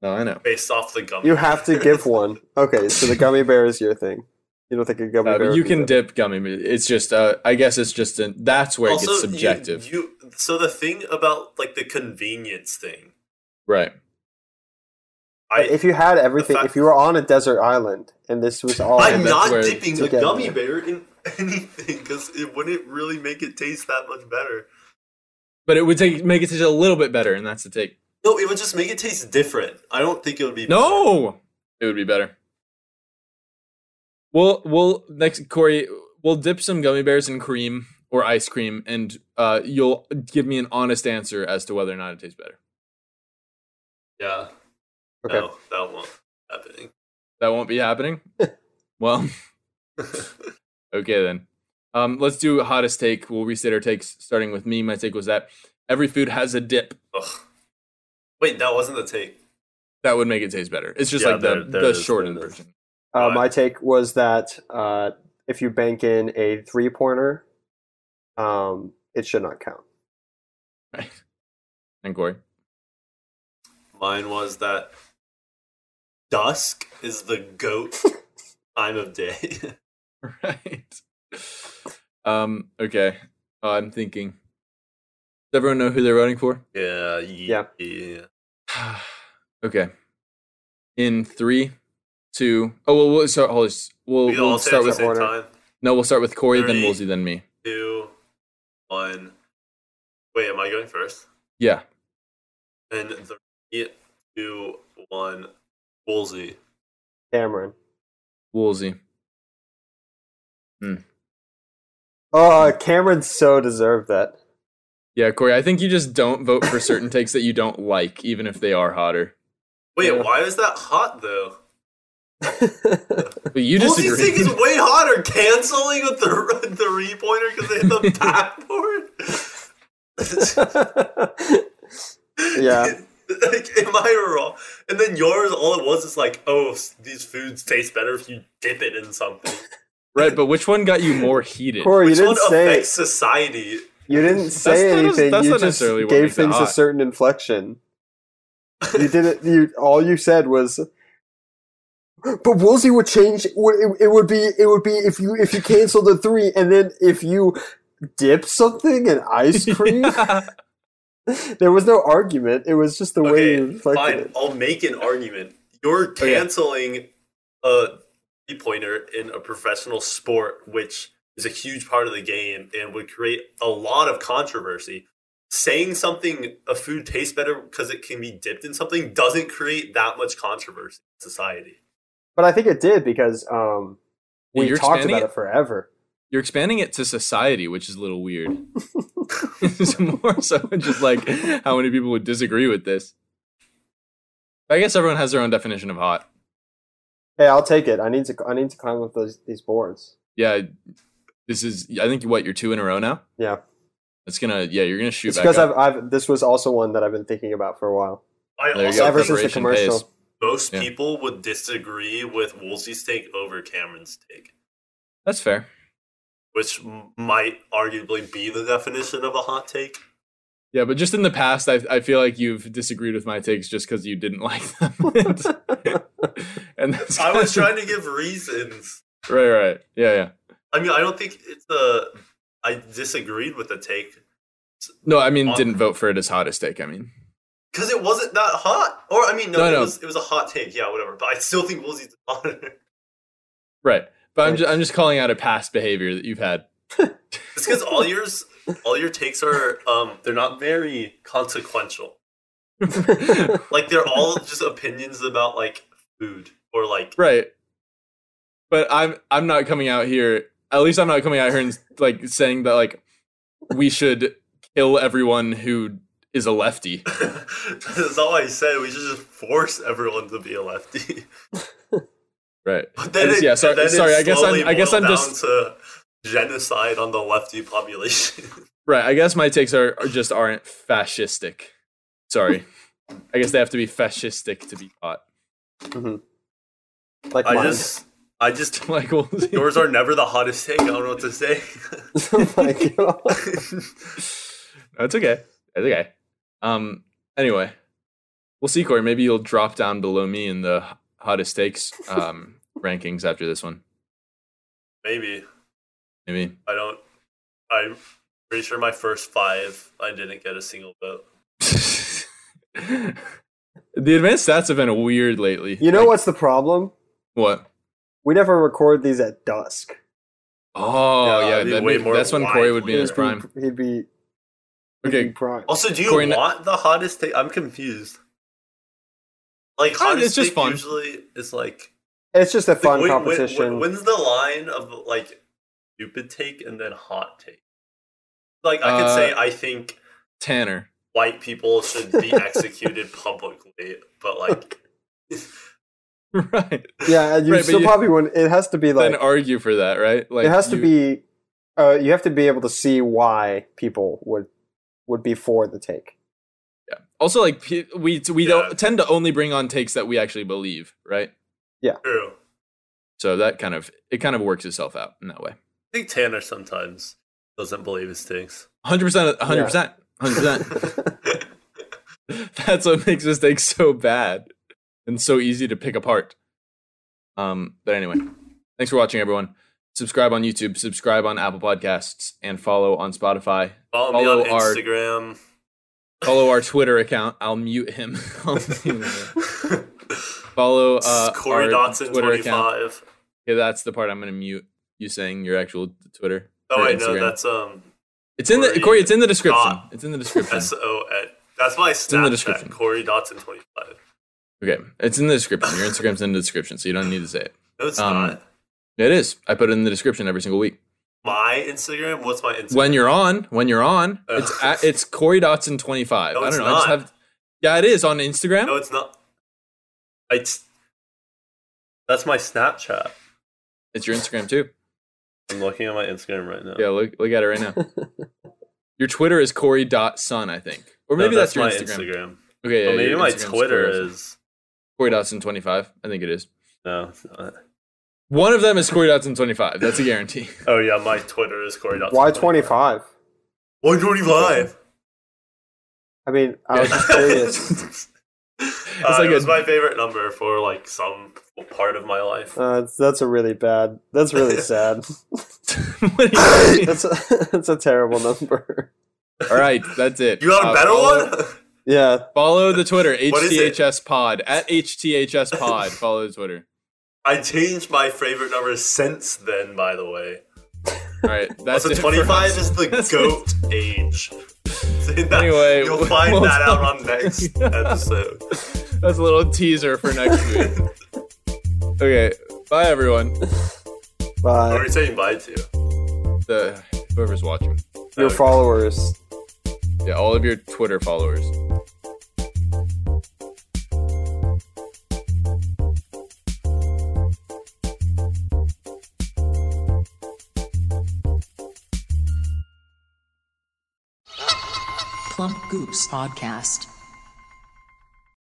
[SPEAKER 3] No, I know.
[SPEAKER 5] based off the gum.
[SPEAKER 4] You have to give one. Okay, so the gummy bear is your thing. You don't think a gummy
[SPEAKER 3] Uh,
[SPEAKER 4] bear?
[SPEAKER 3] but
[SPEAKER 4] would
[SPEAKER 3] you
[SPEAKER 4] be
[SPEAKER 3] can
[SPEAKER 4] good.
[SPEAKER 3] dip gummy. It's just, uh, I guess it's just an, that's where it gets
[SPEAKER 5] you-
[SPEAKER 3] subjective,
[SPEAKER 5] You, so the thing about like the convenience thing,
[SPEAKER 3] right?
[SPEAKER 5] I
[SPEAKER 4] If you had everything,
[SPEAKER 5] fact-
[SPEAKER 4] if you were on a desert island and this was all,
[SPEAKER 5] I'm
[SPEAKER 3] that's
[SPEAKER 5] not
[SPEAKER 3] where-
[SPEAKER 5] dipping a
[SPEAKER 4] together.
[SPEAKER 5] gummy bear in anything because it wouldn't really make it taste that much better.
[SPEAKER 3] But it would take make it taste a little bit better, and that's the take.
[SPEAKER 5] No, it would just make it taste different. I don't think it would be.
[SPEAKER 3] No, it would be better. We'll we'll next Corey. We'll dip some gummy bears in cream or ice cream, and uh, you'll give me an honest answer as to whether or not it tastes better.
[SPEAKER 5] Yeah.
[SPEAKER 4] okay,
[SPEAKER 5] No, that won't happening.
[SPEAKER 3] That won't be happening. well, okay then. Um, let's do hottest take. We'll restate our takes, starting with me. My take was that every food has a dip.
[SPEAKER 5] Ugh. Wait, that wasn't the take.
[SPEAKER 3] That would make it taste better. It's just
[SPEAKER 5] Yeah,
[SPEAKER 3] like the
[SPEAKER 5] there- there
[SPEAKER 3] the
[SPEAKER 5] it is,
[SPEAKER 3] shortened
[SPEAKER 5] there it is.
[SPEAKER 3] version.
[SPEAKER 4] uh,
[SPEAKER 5] Fine.
[SPEAKER 4] my take was that uh, if you bank in a three pointer, um, it should not count.
[SPEAKER 3] Right. And Corey.
[SPEAKER 5] Mine was that dusk is the goat time of day.
[SPEAKER 3] Right. Um, okay. Uh, I'm thinking. Does everyone know who they're voting for?
[SPEAKER 5] yeah,
[SPEAKER 4] Yeah.
[SPEAKER 5] yeah.
[SPEAKER 3] okay. In three, two, oh well we'll start hold this. We'll,
[SPEAKER 5] We all
[SPEAKER 3] we'll
[SPEAKER 5] say at
[SPEAKER 3] start
[SPEAKER 5] the
[SPEAKER 3] with
[SPEAKER 5] same
[SPEAKER 4] order.
[SPEAKER 5] time.
[SPEAKER 3] No, we'll start with Corey, then
[SPEAKER 5] Three.
[SPEAKER 3] Woolsey, then me.
[SPEAKER 5] Two, one. Wait, am I going first?
[SPEAKER 3] Yeah.
[SPEAKER 5] And three, two, one. Woolsey.
[SPEAKER 4] Cameron.
[SPEAKER 3] Woolsey.
[SPEAKER 4] Oh, Cameron so deserved that.
[SPEAKER 3] Yeah, Corey, I think you just don't vote for certain takes that you don't like, even if they are hotter.
[SPEAKER 5] Wait,
[SPEAKER 4] Yeah.
[SPEAKER 5] why is that hot though?
[SPEAKER 3] But you
[SPEAKER 5] Woolsey's thing is
[SPEAKER 3] disagree.
[SPEAKER 5] way hotter. Canceling with the the three pointer because they hit the backboard.
[SPEAKER 4] Yeah.
[SPEAKER 5] like, am I wrong? And then yours, all it was is like, oh, s- these foods taste better if you dip it in something.
[SPEAKER 3] Right, but which one got you more heated?
[SPEAKER 4] Corey, you
[SPEAKER 5] Which one
[SPEAKER 4] didn't say
[SPEAKER 5] affects society?
[SPEAKER 4] you didn't say
[SPEAKER 3] not as-
[SPEAKER 4] anything.
[SPEAKER 3] that's
[SPEAKER 4] you
[SPEAKER 3] not
[SPEAKER 4] just
[SPEAKER 3] necessarily what
[SPEAKER 4] gave
[SPEAKER 3] makes it
[SPEAKER 4] things a
[SPEAKER 3] hot.
[SPEAKER 4] certain inflection. You didn't. You all you said was, "But Woolsey would change. would- It, it would be. It would be if you if you cancel the three, and then if you dip something in ice cream. There was no argument. It was just the way you
[SPEAKER 5] Okay,
[SPEAKER 4] inflected
[SPEAKER 5] fine.
[SPEAKER 4] it.
[SPEAKER 5] I'll make an argument. You're
[SPEAKER 3] Okay.
[SPEAKER 5] canceling a three pointer in a professional sport, which is a huge part of the game and would create a lot of controversy. Saying something a food tastes better because it can be dipped in something doesn't create that much controversy in society.
[SPEAKER 4] But I think it did because um,
[SPEAKER 3] Yeah,
[SPEAKER 4] we
[SPEAKER 3] you're
[SPEAKER 4] talked
[SPEAKER 3] expanding
[SPEAKER 4] about
[SPEAKER 3] it?
[SPEAKER 4] it, forever.
[SPEAKER 3] You're expanding it to society, which is a little weird. it's more so just like how many people would disagree with this. I guess everyone has their own definition of hot.
[SPEAKER 4] Hey, I'll take it. I need to. I need to climb up those these boards.
[SPEAKER 3] Yeah, this is. I think what you're two in a row now.
[SPEAKER 4] Yeah,
[SPEAKER 3] It's gonna. Yeah, you're gonna shoot
[SPEAKER 4] it's
[SPEAKER 3] back
[SPEAKER 4] because I've,
[SPEAKER 3] up.
[SPEAKER 4] I've. This was also one that I've been thinking about for a while.
[SPEAKER 5] I
[SPEAKER 3] There you
[SPEAKER 5] also
[SPEAKER 3] go.
[SPEAKER 4] Ever
[SPEAKER 5] think
[SPEAKER 4] since the
[SPEAKER 3] Preparation pays.
[SPEAKER 4] commercial,
[SPEAKER 5] most
[SPEAKER 3] Yeah.
[SPEAKER 5] people would disagree with Woolsey's take over Cameron's take,
[SPEAKER 3] That's fair.
[SPEAKER 5] which m- might arguably be the definition of a hot take.
[SPEAKER 3] Yeah, but just in the past, I I feel like you've disagreed with my takes just because you didn't like them. and, that's
[SPEAKER 5] I was
[SPEAKER 3] kind
[SPEAKER 5] trying to give reasons.
[SPEAKER 3] of- Right, right. Yeah, yeah.
[SPEAKER 5] I mean, I don't think it's a. I disagreed with the take.
[SPEAKER 3] No, I mean,
[SPEAKER 5] On-
[SPEAKER 3] didn't vote for it as hottest take. I mean,
[SPEAKER 5] Because it wasn't that hot. Or I mean, no,
[SPEAKER 3] No,
[SPEAKER 5] it
[SPEAKER 3] no.
[SPEAKER 5] was it was a hot take. Yeah, whatever. But I still think Woolsey's the monitor.
[SPEAKER 3] Right. But I'm
[SPEAKER 4] Right.
[SPEAKER 3] just, I'm just calling out a past behavior that you've had.
[SPEAKER 5] It's because all yours, all your takes are um, they're not very consequential. Like they're all just opinions about like food or like
[SPEAKER 3] right. But I'm I'm not coming out here. At least I'm not coming out here and like saying that like we should kill everyone who is a lefty.
[SPEAKER 5] that's all I said. We should just force everyone to be a lefty.
[SPEAKER 3] Right.
[SPEAKER 5] But then,
[SPEAKER 3] I just-
[SPEAKER 5] it,
[SPEAKER 3] yeah, sorry-
[SPEAKER 5] then it
[SPEAKER 3] sorry, I guess I'm-
[SPEAKER 5] slowly
[SPEAKER 3] I guess
[SPEAKER 5] boiled
[SPEAKER 3] I'm
[SPEAKER 5] down
[SPEAKER 3] just-
[SPEAKER 5] to genocide on the lefty population.
[SPEAKER 3] Right. I guess my takes are, are just aren't fascistic. Sorry. I guess they have to be fascistic to be caught.
[SPEAKER 4] like
[SPEAKER 5] I
[SPEAKER 4] mine.
[SPEAKER 5] just, I just,
[SPEAKER 3] Like, well,
[SPEAKER 5] yours are never the hottest take. I don't know what to say.
[SPEAKER 4] Like, you know,
[SPEAKER 3] that's okay. That's okay. Um. Anyway, we'll see, Corey. Maybe you'll drop down below me in the hottest takes um, rankings after this one.
[SPEAKER 5] Maybe
[SPEAKER 3] Maybe.
[SPEAKER 5] I don't. I'm pretty sure my first five, I didn't get a single vote.
[SPEAKER 3] the advanced stats have been weird lately.
[SPEAKER 4] you know what's the problem?
[SPEAKER 3] What?
[SPEAKER 4] We never record these at dusk.
[SPEAKER 3] Oh
[SPEAKER 5] Yeah,
[SPEAKER 3] yeah,
[SPEAKER 5] it'd be
[SPEAKER 3] that'd
[SPEAKER 5] way
[SPEAKER 3] be-
[SPEAKER 5] more
[SPEAKER 3] that's when Corey would be in
[SPEAKER 5] Yeah,
[SPEAKER 3] his
[SPEAKER 4] He'd be-
[SPEAKER 3] prime.
[SPEAKER 4] He'd be he'd
[SPEAKER 3] Okay,
[SPEAKER 4] be prime.
[SPEAKER 5] Also, do you
[SPEAKER 3] Corey, n-
[SPEAKER 5] want the hottest take? I'm confused. Like
[SPEAKER 3] I-
[SPEAKER 5] hottest
[SPEAKER 3] it's just
[SPEAKER 5] take
[SPEAKER 3] fun.
[SPEAKER 5] usually is like
[SPEAKER 4] It's just a
[SPEAKER 5] like,
[SPEAKER 4] fun
[SPEAKER 5] when- when-
[SPEAKER 4] competition.
[SPEAKER 5] when- when's the line of like stupid take and then hot take? Like I could
[SPEAKER 3] Uh,
[SPEAKER 5] say I think
[SPEAKER 3] Tanner.
[SPEAKER 5] white people should be executed publicly, but like
[SPEAKER 3] right.
[SPEAKER 4] yeah, and you
[SPEAKER 3] Right, but
[SPEAKER 4] still
[SPEAKER 3] you-
[SPEAKER 4] probably wouldn't. It has to be like
[SPEAKER 3] then argue for that, right? Like
[SPEAKER 4] it has to
[SPEAKER 3] you-
[SPEAKER 4] be. Uh, you have to be able to see why people would would be for the take.
[SPEAKER 3] Also, like pe- we we
[SPEAKER 5] Yeah.
[SPEAKER 3] don't tend to only bring on takes that we actually believe, right?
[SPEAKER 5] true.
[SPEAKER 3] So that kind of it kind of works itself out in that way.
[SPEAKER 5] I think Tanner sometimes doesn't believe his takes.
[SPEAKER 3] Hundred percent, hundred percent, hundred percent. That's what makes mistakes so bad and so easy to pick apart. Um, but anyway, thanks for watching, everyone. Subscribe on YouTube, subscribe on Apple Podcasts, and follow on Spotify.
[SPEAKER 5] Follow,
[SPEAKER 3] Follow
[SPEAKER 5] me on
[SPEAKER 3] our-
[SPEAKER 5] Instagram.
[SPEAKER 3] Follow our Twitter account. I'll mute him. I'll mute him. follow uh,
[SPEAKER 5] Corey
[SPEAKER 3] our
[SPEAKER 5] Dotson
[SPEAKER 3] Twitter
[SPEAKER 5] twenty
[SPEAKER 3] account.
[SPEAKER 5] five.
[SPEAKER 3] Okay, that's the part I'm gonna mute you saying your actual Twitter.
[SPEAKER 5] Oh
[SPEAKER 3] or
[SPEAKER 5] wait, no,
[SPEAKER 3] Instagram.
[SPEAKER 5] that's um
[SPEAKER 3] it's in the
[SPEAKER 5] Corey
[SPEAKER 3] Corey. It's in the description.
[SPEAKER 5] Dot.
[SPEAKER 3] It's in the description.
[SPEAKER 5] S O N. That's my Snapchat.
[SPEAKER 3] in the description.
[SPEAKER 5] Corey Dotson twenty five.
[SPEAKER 3] okay, it's in the description. Your Instagram's in the description, so you don't need to say it.
[SPEAKER 5] No, it's
[SPEAKER 3] Um,
[SPEAKER 5] not.
[SPEAKER 3] It is. I put it in the description every single week.
[SPEAKER 5] My Instagram. What's my Instagram?
[SPEAKER 3] When you're on, when you're on,
[SPEAKER 5] Ugh.
[SPEAKER 3] it's at, it's Corey Dotson twenty five.
[SPEAKER 5] No,
[SPEAKER 3] I
[SPEAKER 5] it's
[SPEAKER 3] don't know. I just
[SPEAKER 5] not.
[SPEAKER 3] have. Yeah, it is on Instagram.
[SPEAKER 5] no, it's not. It's that's my Snapchat.
[SPEAKER 3] it's your Instagram too.
[SPEAKER 5] I'm looking at my Instagram right now.
[SPEAKER 3] Yeah, look look at it right now. your Twitter is Corey Dot Son, I think, or
[SPEAKER 5] No,
[SPEAKER 3] maybe that's, your
[SPEAKER 5] my
[SPEAKER 3] Instagram.
[SPEAKER 5] Instagram.
[SPEAKER 3] Okay, yeah,
[SPEAKER 5] But maybe
[SPEAKER 3] your
[SPEAKER 5] my
[SPEAKER 3] Instagram's
[SPEAKER 5] Twitter
[SPEAKER 3] Corey Dotson.
[SPEAKER 5] is
[SPEAKER 3] Corey Dotson twenty five. I think it is.
[SPEAKER 5] no. It's not.
[SPEAKER 3] One of them is Corey Dotson twenty five. That's a guarantee.
[SPEAKER 5] Oh yeah, my Twitter is Corey Dotson.
[SPEAKER 4] Why twenty five?
[SPEAKER 5] Why twenty five?
[SPEAKER 4] I mean, I was just curious.
[SPEAKER 5] Uh,
[SPEAKER 3] like
[SPEAKER 5] it
[SPEAKER 3] a-
[SPEAKER 5] was my favorite number for like some part of my life.
[SPEAKER 4] Uh, that's- that's a really bad. That's really sad.
[SPEAKER 3] What do you mean?
[SPEAKER 4] That's a, that's a terrible number.
[SPEAKER 3] All right, that's it.
[SPEAKER 5] You got a
[SPEAKER 3] Uh,
[SPEAKER 5] better
[SPEAKER 3] follow,
[SPEAKER 5] one?
[SPEAKER 4] Yeah,
[SPEAKER 3] Follow the Twitter
[SPEAKER 5] What is it?
[SPEAKER 3] HTHS Pod at HTHS Pod. Follow the Twitter.
[SPEAKER 5] I changed my favorite number since then, by the way.
[SPEAKER 3] All right, that's
[SPEAKER 5] also,
[SPEAKER 3] it for
[SPEAKER 5] 25
[SPEAKER 3] us.
[SPEAKER 5] is the
[SPEAKER 3] That's it.
[SPEAKER 5] goat age. So that-
[SPEAKER 3] Anyway,
[SPEAKER 5] you'll
[SPEAKER 3] we'll-
[SPEAKER 5] find
[SPEAKER 3] we'll
[SPEAKER 5] that out
[SPEAKER 3] talk-
[SPEAKER 5] on next episode.
[SPEAKER 3] That's a little teaser for next week. okay, bye everyone.
[SPEAKER 5] What are
[SPEAKER 4] by
[SPEAKER 5] we saying bye to?
[SPEAKER 3] The whoever's watching,
[SPEAKER 4] your followers.
[SPEAKER 3] yeah, all of your Twitter followers.
[SPEAKER 1] Plump Goops Podcast.